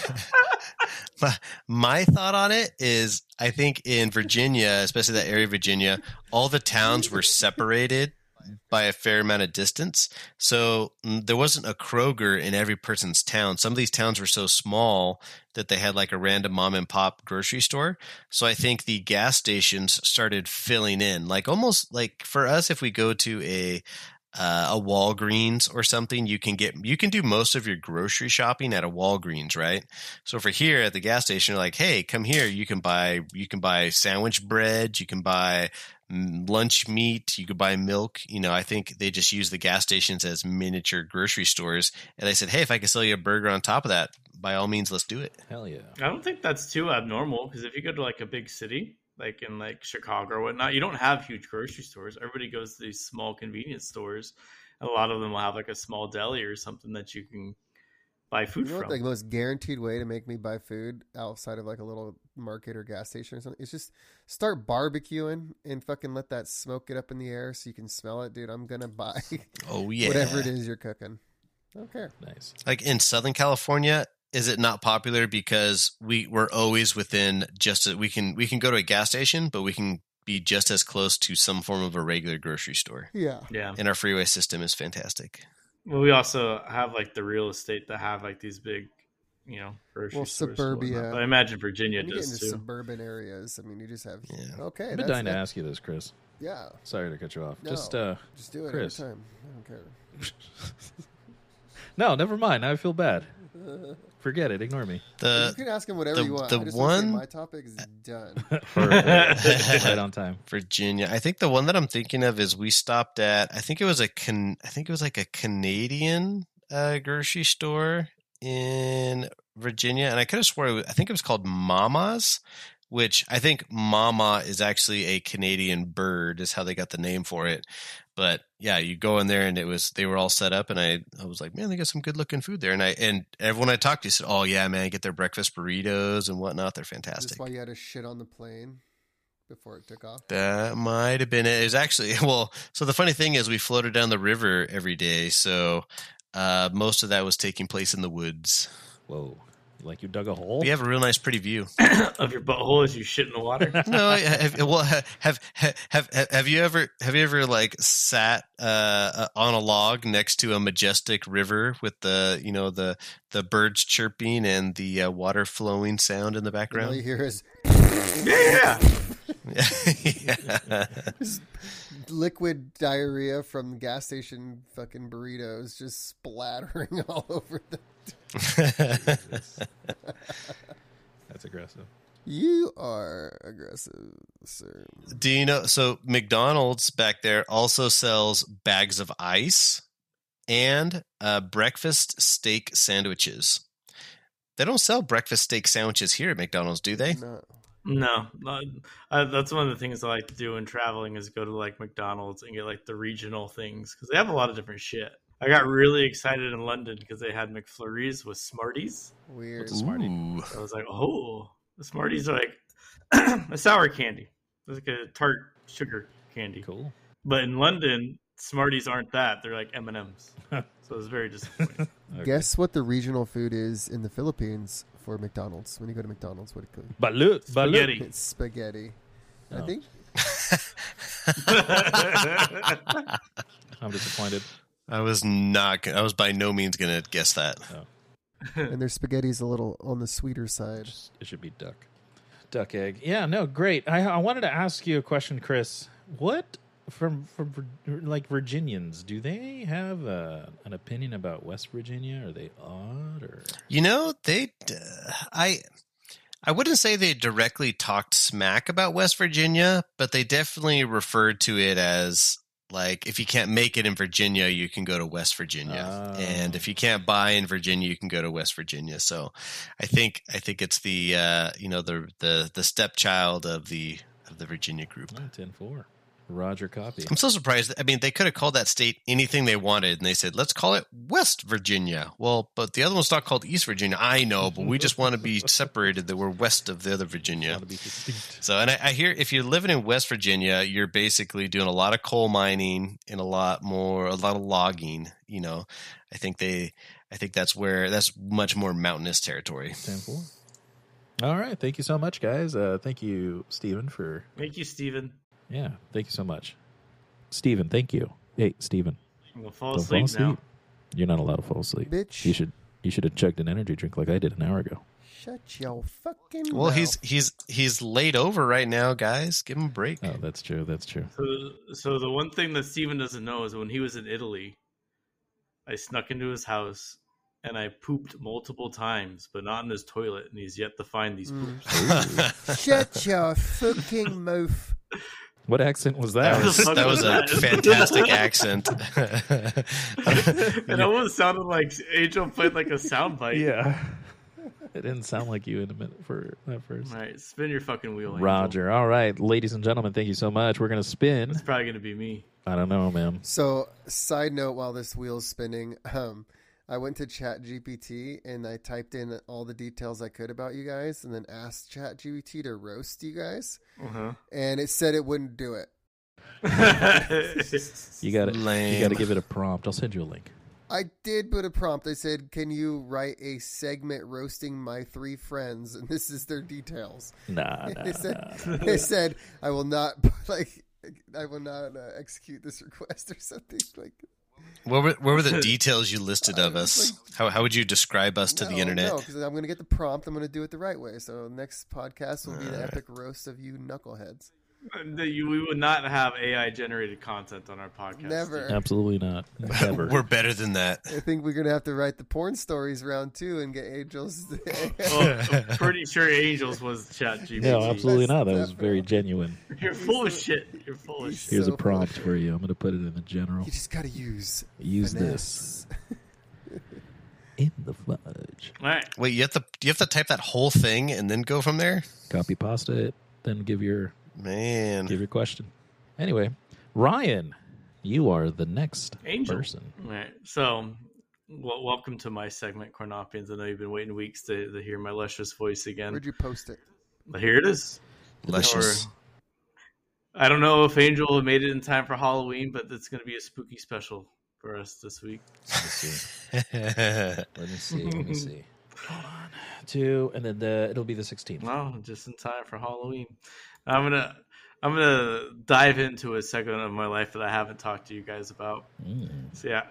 my my thought on it is I think in Virginia, especially that area of Virginia, all the towns were separated by a fair amount of distance. So mm, there wasn't a Kroger in every person's town. Some of these towns were so small that they had like a random mom and pop grocery store. So I think the gas stations started filling in, like almost like for us, if we go to a uh, a Walgreens or something, you can get you can do most of your grocery shopping at a Walgreens, right? So for here at the gas station, you're like, hey, come here, you can buy you can buy sandwich bread, you can buy mm, lunch meat, you can buy milk. You know, I think they just use the gas stations as miniature grocery stores. And they said, hey, if I can sell you a burger on top of that, by all means, let's do it. Hell yeah. I don't think that's too abnormal because if you go to like a big city, like in like Chicago or whatnot, you don't have huge grocery stores. Everybody goes to these small convenience stores. A lot of them will have like a small deli or something that you can buy food you know what from. the most guaranteed way to make me buy food outside of like a little market or gas station or something? It's just start barbecuing and fucking let that smoke get up in the air so you can smell it, dude. I'm gonna buy Oh yeah. whatever it is you're cooking. I don't care. Nice. Like in Southern California, is it not popular because we we're always within just a, we can we can go to a gas station, but we can be just as close to some form of a regular grocery store. Yeah. yeah. And our freeway system is fantastic. Well, we also have like the real estate that have like these big, you know, grocery Well, stores and whatnot. suburbia. But I imagine Virginia When you get into does too. suburban areas, I mean, you just have Yeah. okay. I've been that's dying to that- ask you this, Chris. Yeah, Sorry to cut you off. No. Just uh just do it Chris. every time. I don't care. no, never mind. I feel bad. Forget it. Ignore me. The you can ask him whatever Uh, the- you want. the I just wanna say one- my topic is done. Perfect. right on time. Virginia. I think the one that I'm thinking of is we stopped at. I think it was a can. I think it was like a Canadian uh, grocery store in Virginia, and I could have swore. It was, I think it was called Mama's, which I think Mama is actually a Canadian bird, is how they got the name for it. But yeah, you go in there and it was they were all set up, and I I was like, man, they got some good looking food there, and I and everyone I talked to said, oh yeah, man, get their breakfast burritos and whatnot, they're Is fantastic. this why you had to shit on the plane before it took off? That might have been it. It was actually well. So the funny thing is, we floated down the river every day, so uh, most of that was taking place in the woods. Whoa. Like you dug a hole? We have a real nice, pretty view. of your butthole as you shit in the water. No, I- have, well, have have have have you ever have you ever like sat uh, on a log next to a majestic river with the you know the the birds chirping and the uh, water flowing sound in the And all you background? hear is yeah. yeah. liquid diarrhea from gas station fucking burritos just splattering all over the. That's aggressive. You are aggressive, sir. Do you know? So McDonald's back there also sells bags of ice and uh, breakfast steak sandwiches. They don't sell breakfast steak sandwiches here at McDonald's, do they? No. No, not- uh, that's one of the things I like to do when traveling is go to like McDonald's and get like the regional things because they have a lot of different shit. I got really excited in London because they had McFlurries with Smarties. Weird. Ooh. I was like, oh, the Smarties are like a sour candy. It's like a tart sugar candy. Cool. But in London, Smarties aren't that. They're like M and M's. So it was very disappointing. Okay. Guess what the regional food is in the Philippines for McDonald's? When you go to McDonald's, what do you call Balut. Balut. it? Spaghetti. It's spaghetti. I Oh. think I'm disappointed. I was not. gonna- I was by no means going to guess that. and their spaghetti's a little on the sweeter side. Just- It should be duck. Duck egg. Yeah, no, great. I, I wanted to ask you a question, Chris. What from from Vir- like Virginians? Do they have uh an opinion about West Virginia? Are they odd or You know, they. d I. I wouldn't say they directly talked smack about West Virginia, but they definitely referred to it as like if you can't make it in Virginia, you can go to West Virginia, Oh. and if you can't buy in Virginia, you can go to West Virginia. So, I think I think it's the uh, you know the the the stepchild of the of the Virginia group. oh, 10-4. Roger copy. I'm so surprised. I mean, they could have called that state anything they wanted, and they said, "Let's call it West Virginia." Well, but the other one's not called East Virginia. I know, but we just want to be separated that we're west of the other Virginia. Gotta be distinct. So, and I, I hear if you're living in West Virginia, you're basically doing a lot of coal mining and a lot more, a lot of logging. You know, I think they, I think that's where that's much more mountainous territory. 10-4. All right, thank you so much, guys. Uh, thank you, Stephen, for Thank you, Steven. yeah. Thank you so much, Stephen. Thank you. Hey, Stephen. I'm gonna fall Don't asleep fall now. asleep. You're not allowed to fall asleep. Bitch. You should you should have chugged an energy drink like I did an hour ago. Shut your fucking mouth. Well, he's he's he's laid over right now, guys. Give him a break. Oh, that's true. That's true. So, so the one thing that Steven doesn't know is when he was in Italy, I snuck into his house and I pooped multiple times, but not in his toilet, and he's yet to find these Mm. poops. Shut your fucking mouth. What accent was that? That was, that was a fantastic accent. it almost sounded like Angel played like a soundbite. yeah. it didn't sound like you in a minute for at first. All right, spin your fucking wheel, Angel. Roger. All right, ladies and gentlemen, thank you so much. We're gonna spin. It's probably gonna be me. I don't know, ma'am. So, side note while this wheel's spinning, um, I went to Chat GPT and I typed in all the details I could about you guys, and then asked Chat GPT to roast you guys, Uh-huh. and it said it wouldn't do it. You got to You Lame. got to give it a prompt. I'll send you a link. I did put a prompt. I said, "Can you write a segment roasting my three friends?" And this is their details. Nah, nah, They said, nah. they said, "I will not like, I will not uh, execute this request or something." Like What were what were the details you listed of us? How how would you describe us to the no, internet? No, because I'm going to get the prompt. I'm going to do it the right way. So next podcast will be the epic roast of you knuckleheads. No, you- we would not have AI generated content on our podcast. Never. Absolutely not. Never. We're better than that. I think we're going to have to write the porn stories round two and get Angel's. Oh. Well, I'm pretty sure Angels was Chat GPT. no, absolutely not. That was That's very genuine. You're full of shit. You're full of shit. Here's So a prompt for you. I'm going to put it in the general. you just got to use Use this finesse. in the fudge. All right. Wait, you have to you have to type that whole thing and then go from there? Copy pasta it. Then give your Man. give your question. Anyway, Ryan, you are the next Angel. person. All right. So, well, welcome to my segment, Cornopians. I know you've been waiting weeks to, to hear my luscious voice again. Where'd you post it? But Here it is. Luscious. Or- I don't know if Angel made it in time for Halloween, but it's going to be a spooky special for us this week. Let me see. Let me see. Let me see. Hold on. Two, and then the, it'll be the 16th. Wow, just in time for Halloween. I'm gonna I'm gonna dive into a segment of my life that I haven't talked to you guys about. Mm. So yeah,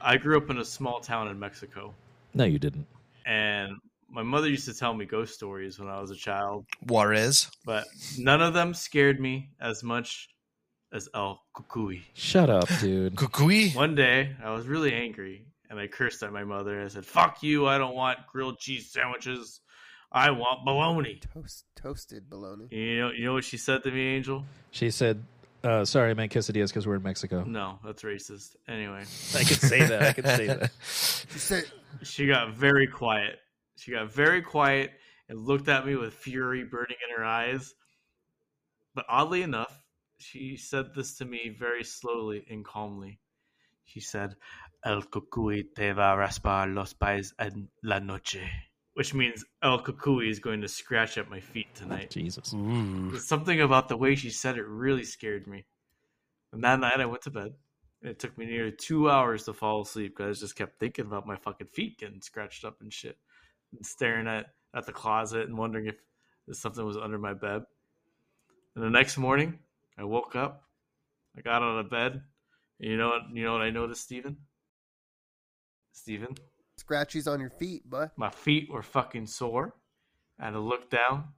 I grew up in a small town in Mexico, No, you didn't. and my mother used to tell me ghost stories when I was a child, Juarez. but none of them scared me as much as El Cucuy. Shut up, dude. Kukui. One day, I was really angry and I cursed at my mother. I said, "Fuck you! I don't want grilled cheese sandwiches. I want bologna." Toast, toasted bologna. You know, you know what she said to me, Angel? She said, uh, sorry, I meant quesadillas because we're in Mexico. No, that's racist. Anyway, I could say that. I could say that. She said, she got very quiet. She got very quiet and looked at me with fury burning in her eyes. But oddly enough, she said this to me very slowly and calmly. She said, El cucuy te va a raspar los pies en la noche, which means El cucuy is going to scratch at my feet tonight. Jesus. Ooh. Um, Something about the way she said it really scared me. And that night I went to bed. And it took me nearly two hours to fall asleep because I just kept thinking about my fucking feet getting scratched up and shit. And staring at, at the closet and wondering if there's something was under my bed. And the next morning, I woke up. I got out of bed. And you know what you know what I noticed, Steven? Steven? "Scratchies on your feet, but my feet were fucking sore. And I looked down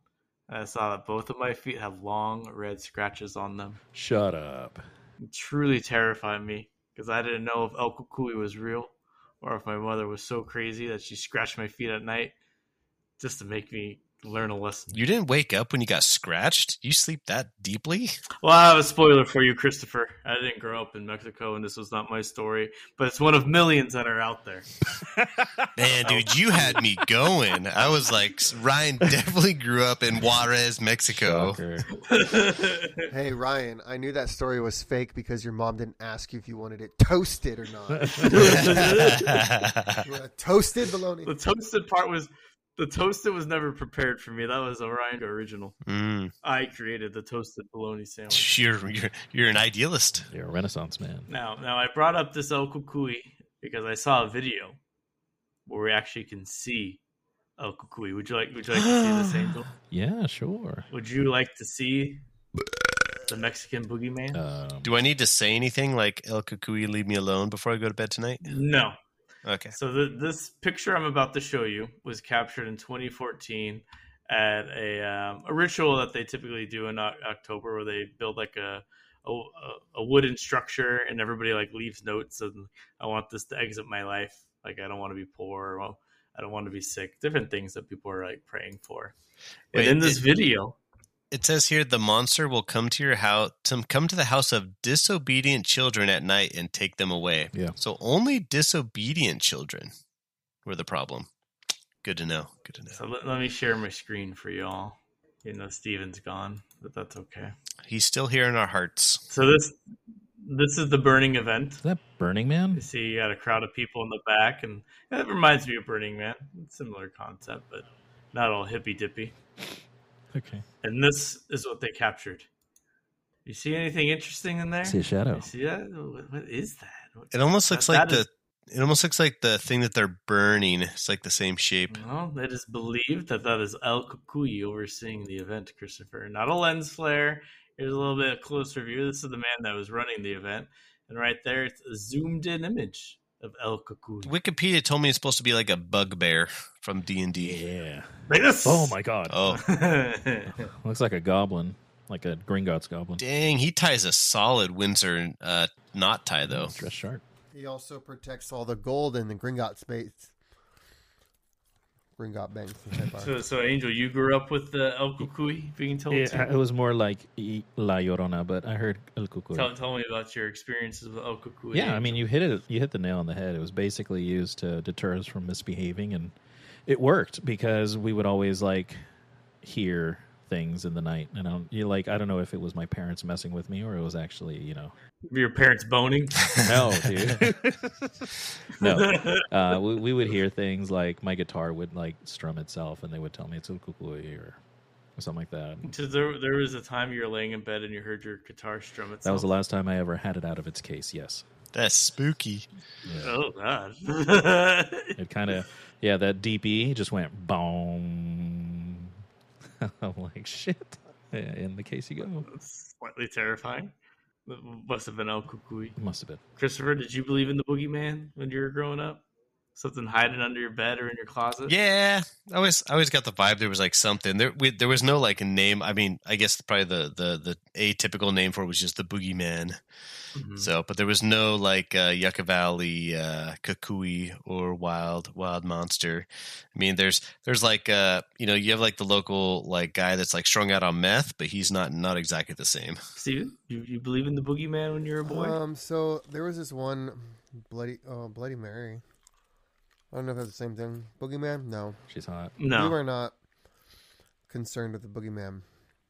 and I saw that both of my feet had long red scratches on them. Shut up. It truly terrified me because I didn't know if El Cucuy was real or if my mother was so crazy that she scratched my feet at night just to make me learn a lesson. You didn't wake up when you got scratched? You sleep that deeply? Well, I have a spoiler for you, Christopher. I didn't grow up in Mexico and this was not my story, but it's one of millions that are out there. Man, dude, you had me going. I was like, Ryan definitely grew up in Juarez, Mexico. Shocker. Hey Ryan, I knew that story was fake because your mom didn't ask you if you wanted it toasted or not. You want a toasted bologna. the toasted part was the toasted was never prepared for me. That was a Ryan original. Mm. I created the toasted bologna sandwich. You're, you're you're an idealist. You're a renaissance man. Now, now I brought up this El Cucuy because I saw a video where we actually can see El Cucuy. Would you like? Would you like to see this angel? Yeah, sure. Would you like to see the Mexican boogeyman? Um, Do I need to say anything like El Cucuy, leave me alone before I go to bed tonight? No. Okay. So the, this picture I'm about to show you was captured in 2014 at a, um, a ritual that they typically do in Oc- October, where they build like a, a a wooden structure, and everybody like leaves notes and I want this to exit my life. Like I don't want to be poor. Or I don't want to be sick. Different things that people are like praying for. Wait, and in this it- video, It says here the monster will come to your house to come to the house of disobedient children at night and take them away. Yeah. So only disobedient children were the problem. Good to know. Good to know. so let, let me share my screen for y'all. You know, Steven's gone, but that's okay. He's still here in our hearts. So this This is the burning event. Is that Burning You Man? see, you got a crowd of people in the back, and it reminds me of Burning Man. Similar concept, but not all hippy dippy. Okay. And this is what they captured. You see anything interesting in there? I see a shadow. You see that? What, what is that? What- It almost looks that- like that the is- it almost looks like the thing that they're burning. It's like the same shape. Well, it is believed that that is El Cucuy overseeing the event, Christopher. Not a lens flare. Here's a little bit closer view. This is the man that was running the event. And right there, it's a zoomed in image of El Cucuy. Wikipedia told me it's supposed to be like a bugbear from D and D. Yeah. Like this! Oh my god. Oh, Looks like a goblin, like a Gringotts goblin. dang! He ties a solid Windsor uh, knot tie though. Dress sharp. He also protects all the gold in the Gringot space. Gringot banks. and type R. so, so, Angel, you grew up with the El Cucuy being told Yeah, it to? was more like y- La Llorona, but I heard El Cucuy. Tell, tell me about your experiences with El Cucuy. yeah, I mean, you hit it. You hit the nail on the head. It was basically used to deter us from misbehaving, and it worked because we would always like hear things in the night. And I'm, you like, I don't know if it was my parents messing with me or it was actually, you know, your parents boning. no, dude, no. Uh, we, we would hear things like my guitar would like strum itself, and they would tell me it's El Cucuy or something like that. So there, there was a time you were laying in bed and you heard your guitar strum itself. That was the last time I ever had it out of its case. Yes. That's spooky. Oh god. It kind of, yeah, that DP just went boom. I'm like, shit. Yeah, In the case you go, Slightly terrifying. That Must have been El Cucuy. it must have been. Christopher, did you believe in the boogeyman when you were growing up? Something hiding under your bed or in your closet? Yeah, I always I always got the vibe there was like something there. We, there was no like name. I mean, I guess probably the the the atypical name for it was just the boogeyman. Mhm. So, but there was no like uh, Yucca Valley, uh, Kukui, or Wild Wild Monster. I mean, there's there's like uh, you know you have like the local like guy that's like strung out on meth, but he's not not exactly the same. Steven, you, you believe in the boogeyman when you were a boy? Uh, Um, so there was this one bloody oh Bloody Mary. I don't know if that's the same thing. Boogeyman? No, She's hot. we no. were not concerned with the boogeyman.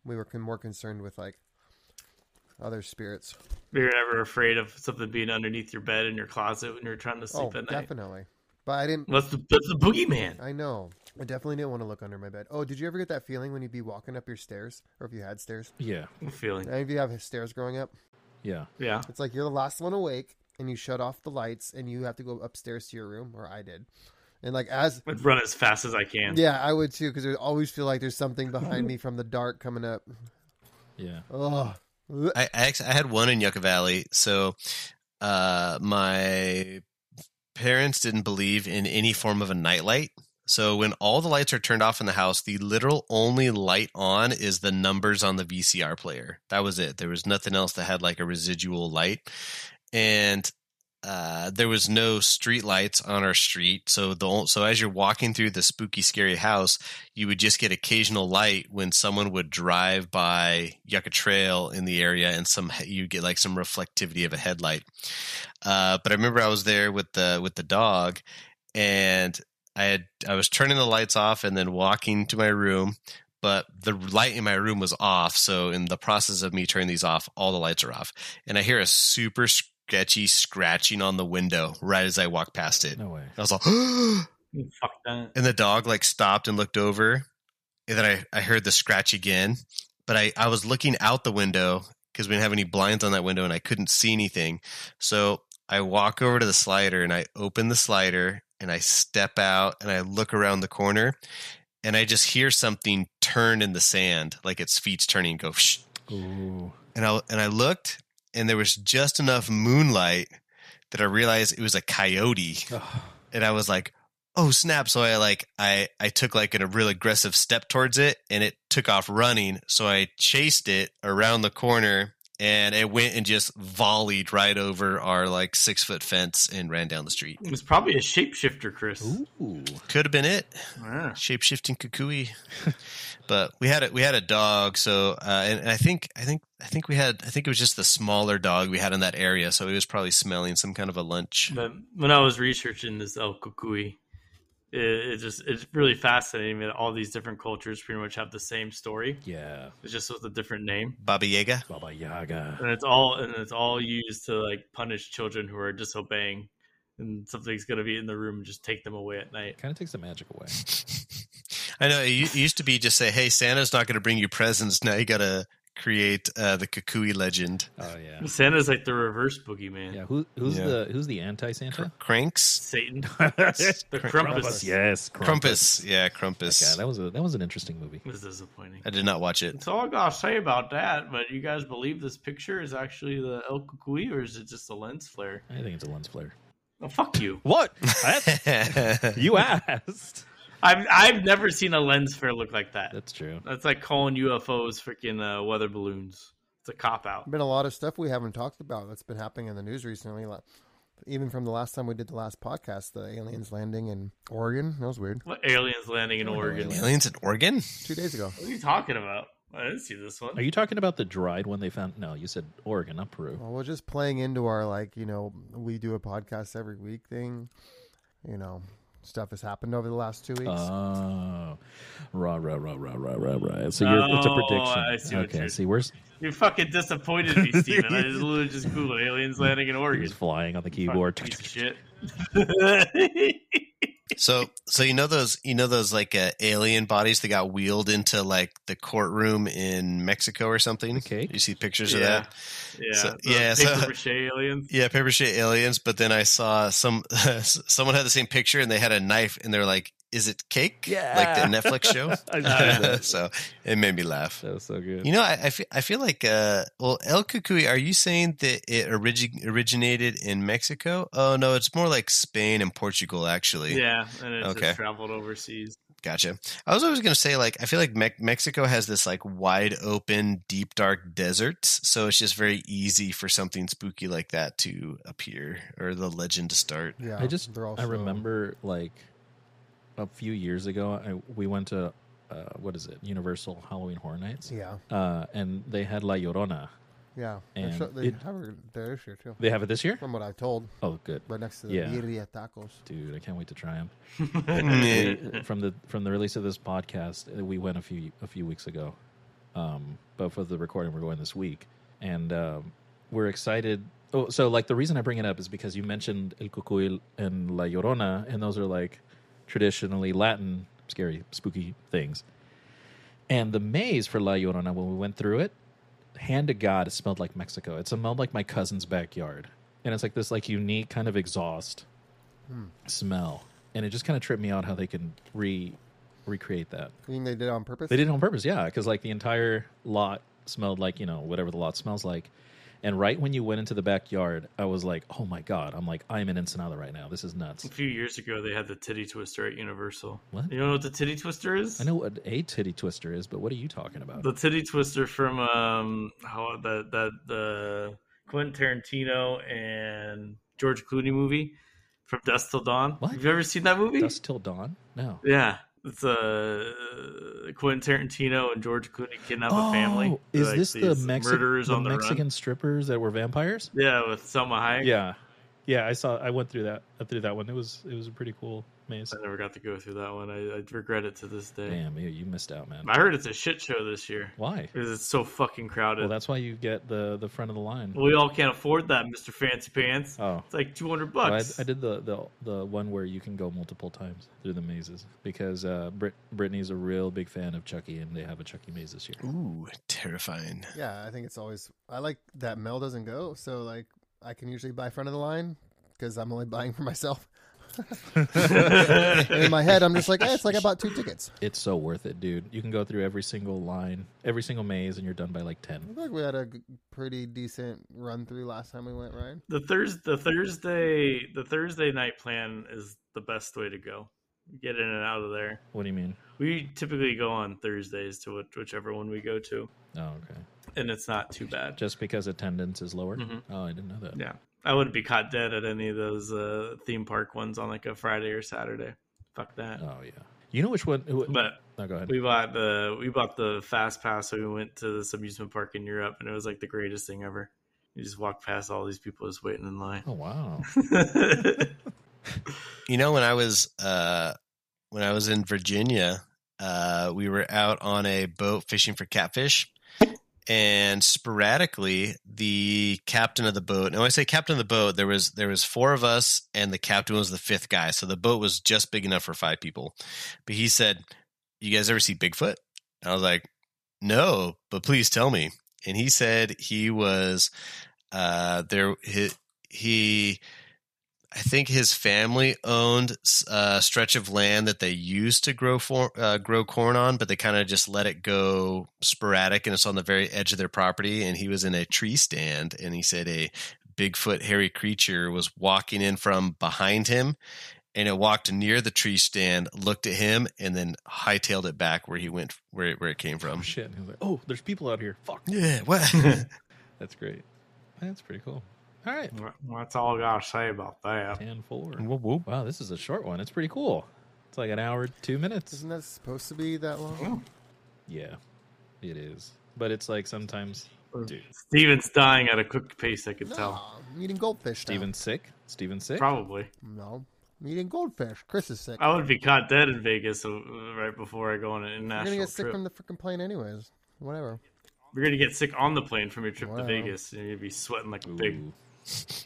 We were con- more concerned with like other spirits. you were never afraid of something being underneath your bed in your closet when you were trying to sleep Oh, at night. definitely. But I didn't. What's the, that's the boogeyman? I know. I definitely didn't want to look under my bed. Oh, did you ever get that feeling when you'd be walking up your stairs, or if you had stairs? Yeah, I'm feeling. Any of you have stairs growing up? yeah. Yeah. It's like you're the last one awake, and you shut off the lights, and you have to go upstairs to your room, or I did. And like as I'd run as fast as I can. Yeah, I would too, because I always feel like there's something behind me from the dark coming up. Yeah. Oh, I I, actually, I had one in Yucca Valley, so uh, my parents didn't believe in any form of a nightlight. So when all the lights are turned off in the house, the literal only light on is the numbers on the VCR player. That was it. There was nothing else that had like a residual light, and uh, there was no street lights on our street. So the on- so as you're walking through the spooky, scary house, you would just get occasional light when someone would drive by Yucca Trail in the area, and some you get like some reflectivity of a headlight. Uh, but I remember I was there with the with the dog, and I had I was turning the lights off and then walking to my room. But the light in my room was off, so in the process of me turning these off, all the lights are off, and I hear a super sketchy scratching on the window right as I walk past it. No way. I was like. Fuck that. and the dog like stopped and looked over and then i, I heard the scratch again but i, I was looking out the window because we didn't have any blinds on that window and i couldn't see anything so i walk over to the slider and i open the slider and i step out and i look around the corner and i just hear something turn in the sand like its feet's turning and go Shh. Ooh. and i and i looked and there was just enough moonlight that i realized it was a coyote and I was like, "Oh snap!" So I like I I took like a real aggressive step towards it, and it took off running. So I chased it around the corner, and it went and just volleyed right over our like six foot fence and ran down the street. It was probably a shapeshifter, Chris. Ooh. Could have been it Yeah. shape shifting kukui, but we had a, we had a dog. So uh, and, and I think I think I think we had I think it was just the smaller dog we had in that area. So he was probably smelling some kind of a lunch. But when I was researching this El Cucuy, it, it just it's really fascinating that all these different cultures pretty much have the same story. Yeah, It's just with a different name, Baba Yaga. Baba Yaga. and it's all and it's all used to like punish children who are disobeying, and something's gonna be in the room and just take them away at night. Kind of takes the magic away. I know it u- it used to be just say, "Hey, Santa's not going to bring you presents." Now you got to create uh, the Kukui legend. Oh yeah, Santa's like the reverse boogeyman. yeah. Who, who's Yeah. the who's the anti Santa? Cranks, Satan, Krampus. the Krampus. Yes, Crumpus. Yeah, Yeah, Crumpus. that was a that was an interesting movie. It was disappointing. I did not watch it. That's all I gotta say about that. But you guys believe this picture is actually the El Cucuy, or is it just a lens flare? I think it's a lens flare. Oh, fuck you. What? That's you asked. I've I've never seen a lens flare look like that. That's true. That's like calling UFOs freaking uh, weather balloons. It's a cop out. been a lot of stuff we haven't talked about that's been happening in the news recently. Like, even from the last time we did the last podcast, the aliens landing in Oregon. That was weird. What aliens landing in Oh, no, Oregon? alien. What aliens in Oregon. Two days ago. are you talking about? I didn't see this one. Are you talking about the dried one they found? No, you said Oregon, not Peru. Well, we're just playing into our like, you know, we do a podcast every week thing. You know, stuff has happened over the last two weeks. Oh, rah rah rah rah rah rah rah. So you're, it's a Oh, prediction. I see what okay, you're- see, where's You fucking disappointed me, Steven. I just literally just googled aliens landing in Oregon. he's flying on the keyboard? Fucking piece of shit. So, so you know those, you know those like uh, alien bodies that got wheeled into like the courtroom in Mexico or something. Okay. You see pictures of Yeah. that. Yeah, So- the yeah, so- papier-mâché aliens. Yeah, paper shit aliens. But then I saw some someone had the same picture and they had a knife and they're like, "Is it cake?" like the Yeah. Netflix show. I saw that. so it made me laugh. That was so good. You know, I, I, feel, I feel like, uh, well, El Cucuy, are you saying that it origi- originated in Mexico? Oh, no, it's more like Spain and Portugal, actually. Yeah, and it Okay. just traveled overseas. Gotcha. I was always going to say, like, I feel like Me- Mexico has this, like, wide open, deep, dark deserts. So it's just very easy for something spooky like that to appear or the legend to start. yeah, I just they're all I slow. remember like a few years ago, I, we went to uh, what is it? Universal Halloween Horror Nights, Yeah, uh, and they had La Llorona. yeah. They're And sho- they it- have a- their issue too, They have it this year. from what I've told. Oh, good, Right next to the Yeah. birria tacos. dude! I can't wait to try them. Yeah. We- from the from the release of this podcast, uh, we went a few a few weeks ago, um, but for the recording, we're going this week, and um, we're excited. Oh, so like the reason I bring it up is because you mentioned El Cucuy and La Llorona, and those are like traditionally Latin scary, spooky things. And the maze for La Llorona, when we went through it, hand to God, it smelled like Mexico. It smelled like my cousin's backyard, and it's like this like unique kind of exhaust smell, and it just kind of tripped me out how they can re recreate that. You think they did it on purpose? They did it on purpose, yeah, because like the entire lot smelled like you know whatever the lot smells like. And right when you went into the backyard, I was like, "Oh my god!" I'm like, "I'm in Ensenada right now. This is nuts." A few years ago, they had the titty twister at Universal. What? You know what the titty twister is? I know what a titty twister is, but what are you talking about? the titty twister from um how that that the Quentin Tarantino and George Clooney movie from Dust Till Dawn. What? Have you ever seen that movie? Dust till dawn? No. Yeah, it's uh, Quentin Tarantino and George Clooney kidnap a family. They're Oh, is like this the, these Mexi- murderers the on the Mexican run? strippers that were vampires? Yeah, with Selma Hayek. Yeah, yeah. I saw. I went through that. I through that one. It was. It was a pretty cool maze. I never got to go through that one. I, I regret it to this day. Damn, you, you missed out, man. I heard it's a shit show this year Why? because it's so fucking crowded. Well, that's why you get the the front of the line. we all can't afford that, Mister Fancy Pants. Oh, It's like two hundred Well, I, bucks. I did the, the the one where you can go multiple times through the mazes because uh, Brit- Brittany's a real big fan of Chucky, and they have a Chucky maze this year. Ooh, terrifying. Yeah, I think it's always. I like that Mel doesn't go, so like I can usually buy front of the line because I'm only buying for myself. And in my head, I'm just like, eh, it's like I bought two tickets. It's so worth it, dude. You can go through every single line, every single maze, and you're done by like I ten. feel like we had a g- pretty decent run through last time we went, Ryan. the Thurs the Thursday the Thursday night plan is the best way to go. Get in and out of there. What do you mean? We typically go on Thursdays to which, whichever one we go to, Oh, okay. and it's not too bad. Just because attendance is lower? Mhm. Oh, I didn't know that. Yeah, I wouldn't be caught dead at any of those uh, theme park ones on like a Friday or Saturday. Fuck that. Oh, yeah. You know which one? Who, But no, go ahead. we bought the we bought the fast pass, so we went to this amusement park in Europe, and it was like the greatest thing ever. You just walk past all these people just waiting in line. Oh, wow. You know, when I was uh, when I was in Virginia, uh, we were out on a boat fishing for catfish. And sporadically, the captain of the boat. And when I say captain of the boat, there was there was four of us, and the captain was the fifth guy. So the boat was just big enough for five people. But he said, "You guys ever see Bigfoot?" And I was like, "No, but please tell me." And he said he was uh, there. He, he I think his family owned a stretch of land that they used to grow for, uh, grow corn on, but they kind of just let it go sporadic, and it's on the very edge of their property. And he was in a tree stand, and he said a Bigfoot hairy creature was walking in from behind him, and it walked near the tree stand, looked at him, and then hightailed it back where he went, where it, where it came from. Shit. He was like, oh, there's people out here. Fuck. Yeah, what? That's great. That's pretty cool. All right. That's all I gotta say about that. 10 4. Whoop, whoop. Wow, this is a short one. It's pretty cool. It's like an hour, two minutes. Isn't that supposed to be that long? Yeah, it is. But it's like sometimes. Dude. Steven's dying at a quick pace, I can tell. No, I'm eating goldfish. Now. Steven sick. Steven sick. Probably. No, I'm eating goldfish. Chris is sick. I would be caught dead in Vegas uh, right before I go on an You're gonna international get sick trip. from the freaking plane, anyways. Whatever. You're gonna get sick on the plane from your trip to Wow. Vegas. and You'd be sweating like a pig. Ooh. So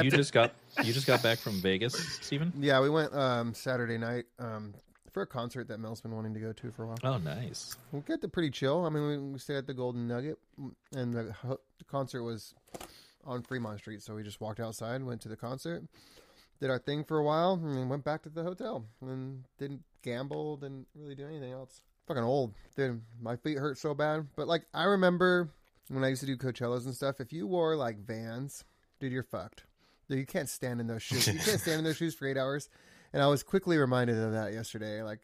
you just got you just got back from Vegas, Steven? Yeah, we went um, Saturday night um, for a concert that Mel's been wanting to go to for a while. Oh, nice. We got to pretty chill. I mean, we, we stayed at the Golden Nugget, mm, and the, ho- the concert was on Fremont Street. So we just walked outside, went to the concert, did our thing for a while, and then went back to the hotel. And didn't gamble, didn't really do anything else. Fucking old, dude. My feet hurt so bad. But like, I remember when I used to do Coachellas and stuff. If you wore like Vans, dude, you're fucked. Dude, you can't stand in those shoes. You can't stand in those shoes for eight hours. And I was quickly reminded of that yesterday. Like,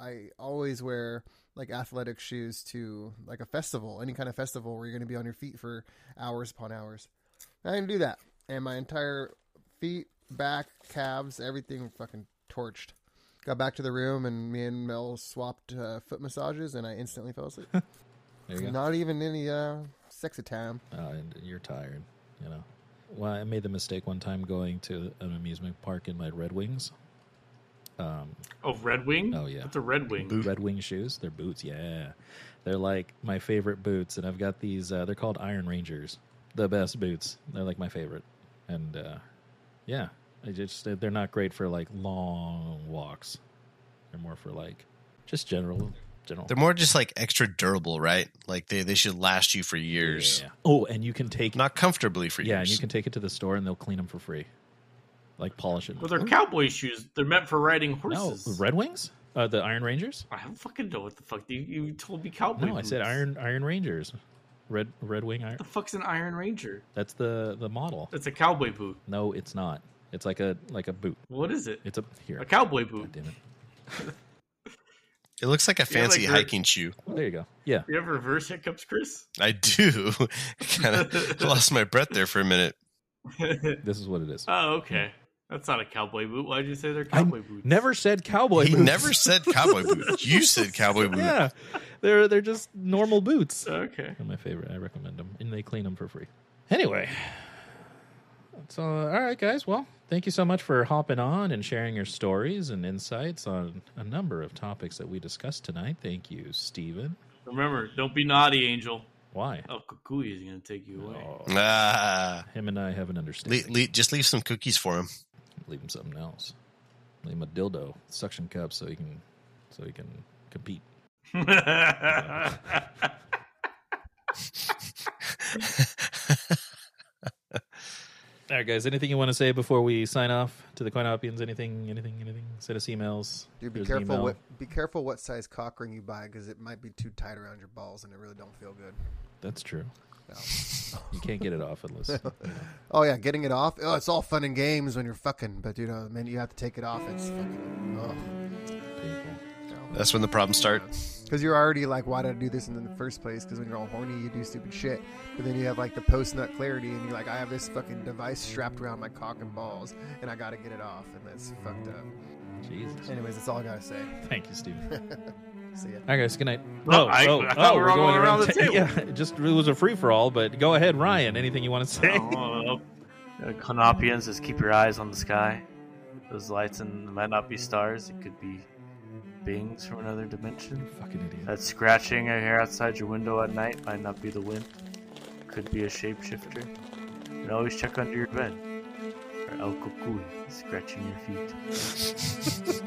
I always wear like athletic shoes to like a festival, any kind of festival where you're going to be on your feet for hours upon hours. I didn't do that, and my entire feet, back, calves, everything were fucking torched. Got back to the room, and me and Mel swapped uh, foot massages, and I instantly fell asleep. There you go. Not even any uh, sexy time. Oh, and you're tired, you know. Well, I made the mistake one time going to an amusement park in my Red Wings. Um, Oh, Red Wing. Oh, yeah. What's a Red Wing? Red Wing shoes. They're boots. Yeah, they're like my favorite boots, and I've got these. Uh, they're called Iron Rangers. The best boots. They're like my favorite, and uh, yeah, I just they're not great for like long walks. They're more for like just general, general. They're more just like extra durable, right? Like they, they should last you for years. Yeah. Oh, and you can take Not comfortably for yeah, and years. you can take it to the store, and they'll clean them for free, like polish it. Well, they're cowboy shoes. They're meant for riding no, horses. Red Wings, uh, the Iron Rangers. I don't fucking know what the fuck you, you told me. Cowboy. No, I said boots. Iron Iron Rangers, Red Red Wing Iron. The fuck's an Iron Ranger? That's the the model. That's a cowboy boot. No, it's not. It's like a like a boot. What is it? It's a here. A cowboy boot. Damn it. It looks like a Yeah, like fancy re- hiking shoe. There you go. Yeah. You have reverse hiccups, Chris? I do. kind of lost my breath there for a minute. This is what it is. Oh, okay. That's not a cowboy boot. Why'd you say they're I cowboy boots? never said cowboy he boots. never said cowboy boot. You said cowboy boot. Yeah. They're they're just normal boots. Okay. They're my favorite. I recommend them, and they clean them for free. Anyway, so all right, guys. Well, thank you so much for hopping on and sharing your stories and insights on a number of topics that we discussed tonight. Thank you, Steven. Remember, don't be naughty, Angel. Why? Oh, Kukui is going to take you away. Oh, Ah, him and I have an understanding. le- le- just leave some cookies for him. Leave him something else. Leave him a dildo suction cup so he can so he can compete. All right, guys. Anything you want to say before we sign off to the Coinopians? Anything? Anything? Anything? Send us emails. Dude, be There's an careful email. what be careful what size cock ring you buy because it might be too tight around your balls and it really don't feel good. That's true. No. You can't get it off unless. Oh yeah, getting it off. Oh, it's all fun and games when you're fucking, but you know, man, you have to take it off. It's fucking painful. That's when the problems start. because you're already like, why did I do this in the first place? Because when you're all horny, you do stupid shit. But then you have like the post nut clarity, and you're like, I have this fucking device strapped around my cock and balls, and I got to get it off, and that's fucked up. Jesus. Anyways, that's all I gotta say. Thank you, Steven. All See ya. right, guys. Good night. Oh, Well, I- I thought we were all going around the ta- table. Yeah, it just it was a free for all. But go ahead, Ryan. Anything you want to say? oh, well, uh, Conopians, just keep your eyes on the sky. Those lights and it might not be stars. It could be beings from another dimension. Fucking idiot. That scratching I hear outside your window at night might not be the wind. Could be a shapeshifter. And always check under your bed. For El Cucuy scratching your feet.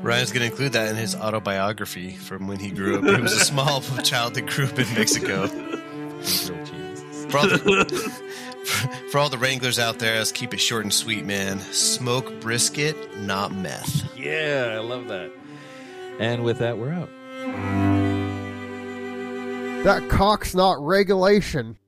Ryan's going to include that in his autobiography from when he grew up. He was a small child that grew up in Mexico. Real cheese. For all, the, for all the Wranglers out there, let's keep it short and sweet, man. Smoke brisket, not meth. Yeah, I love that. And with that, we're out. That cock's not regulation.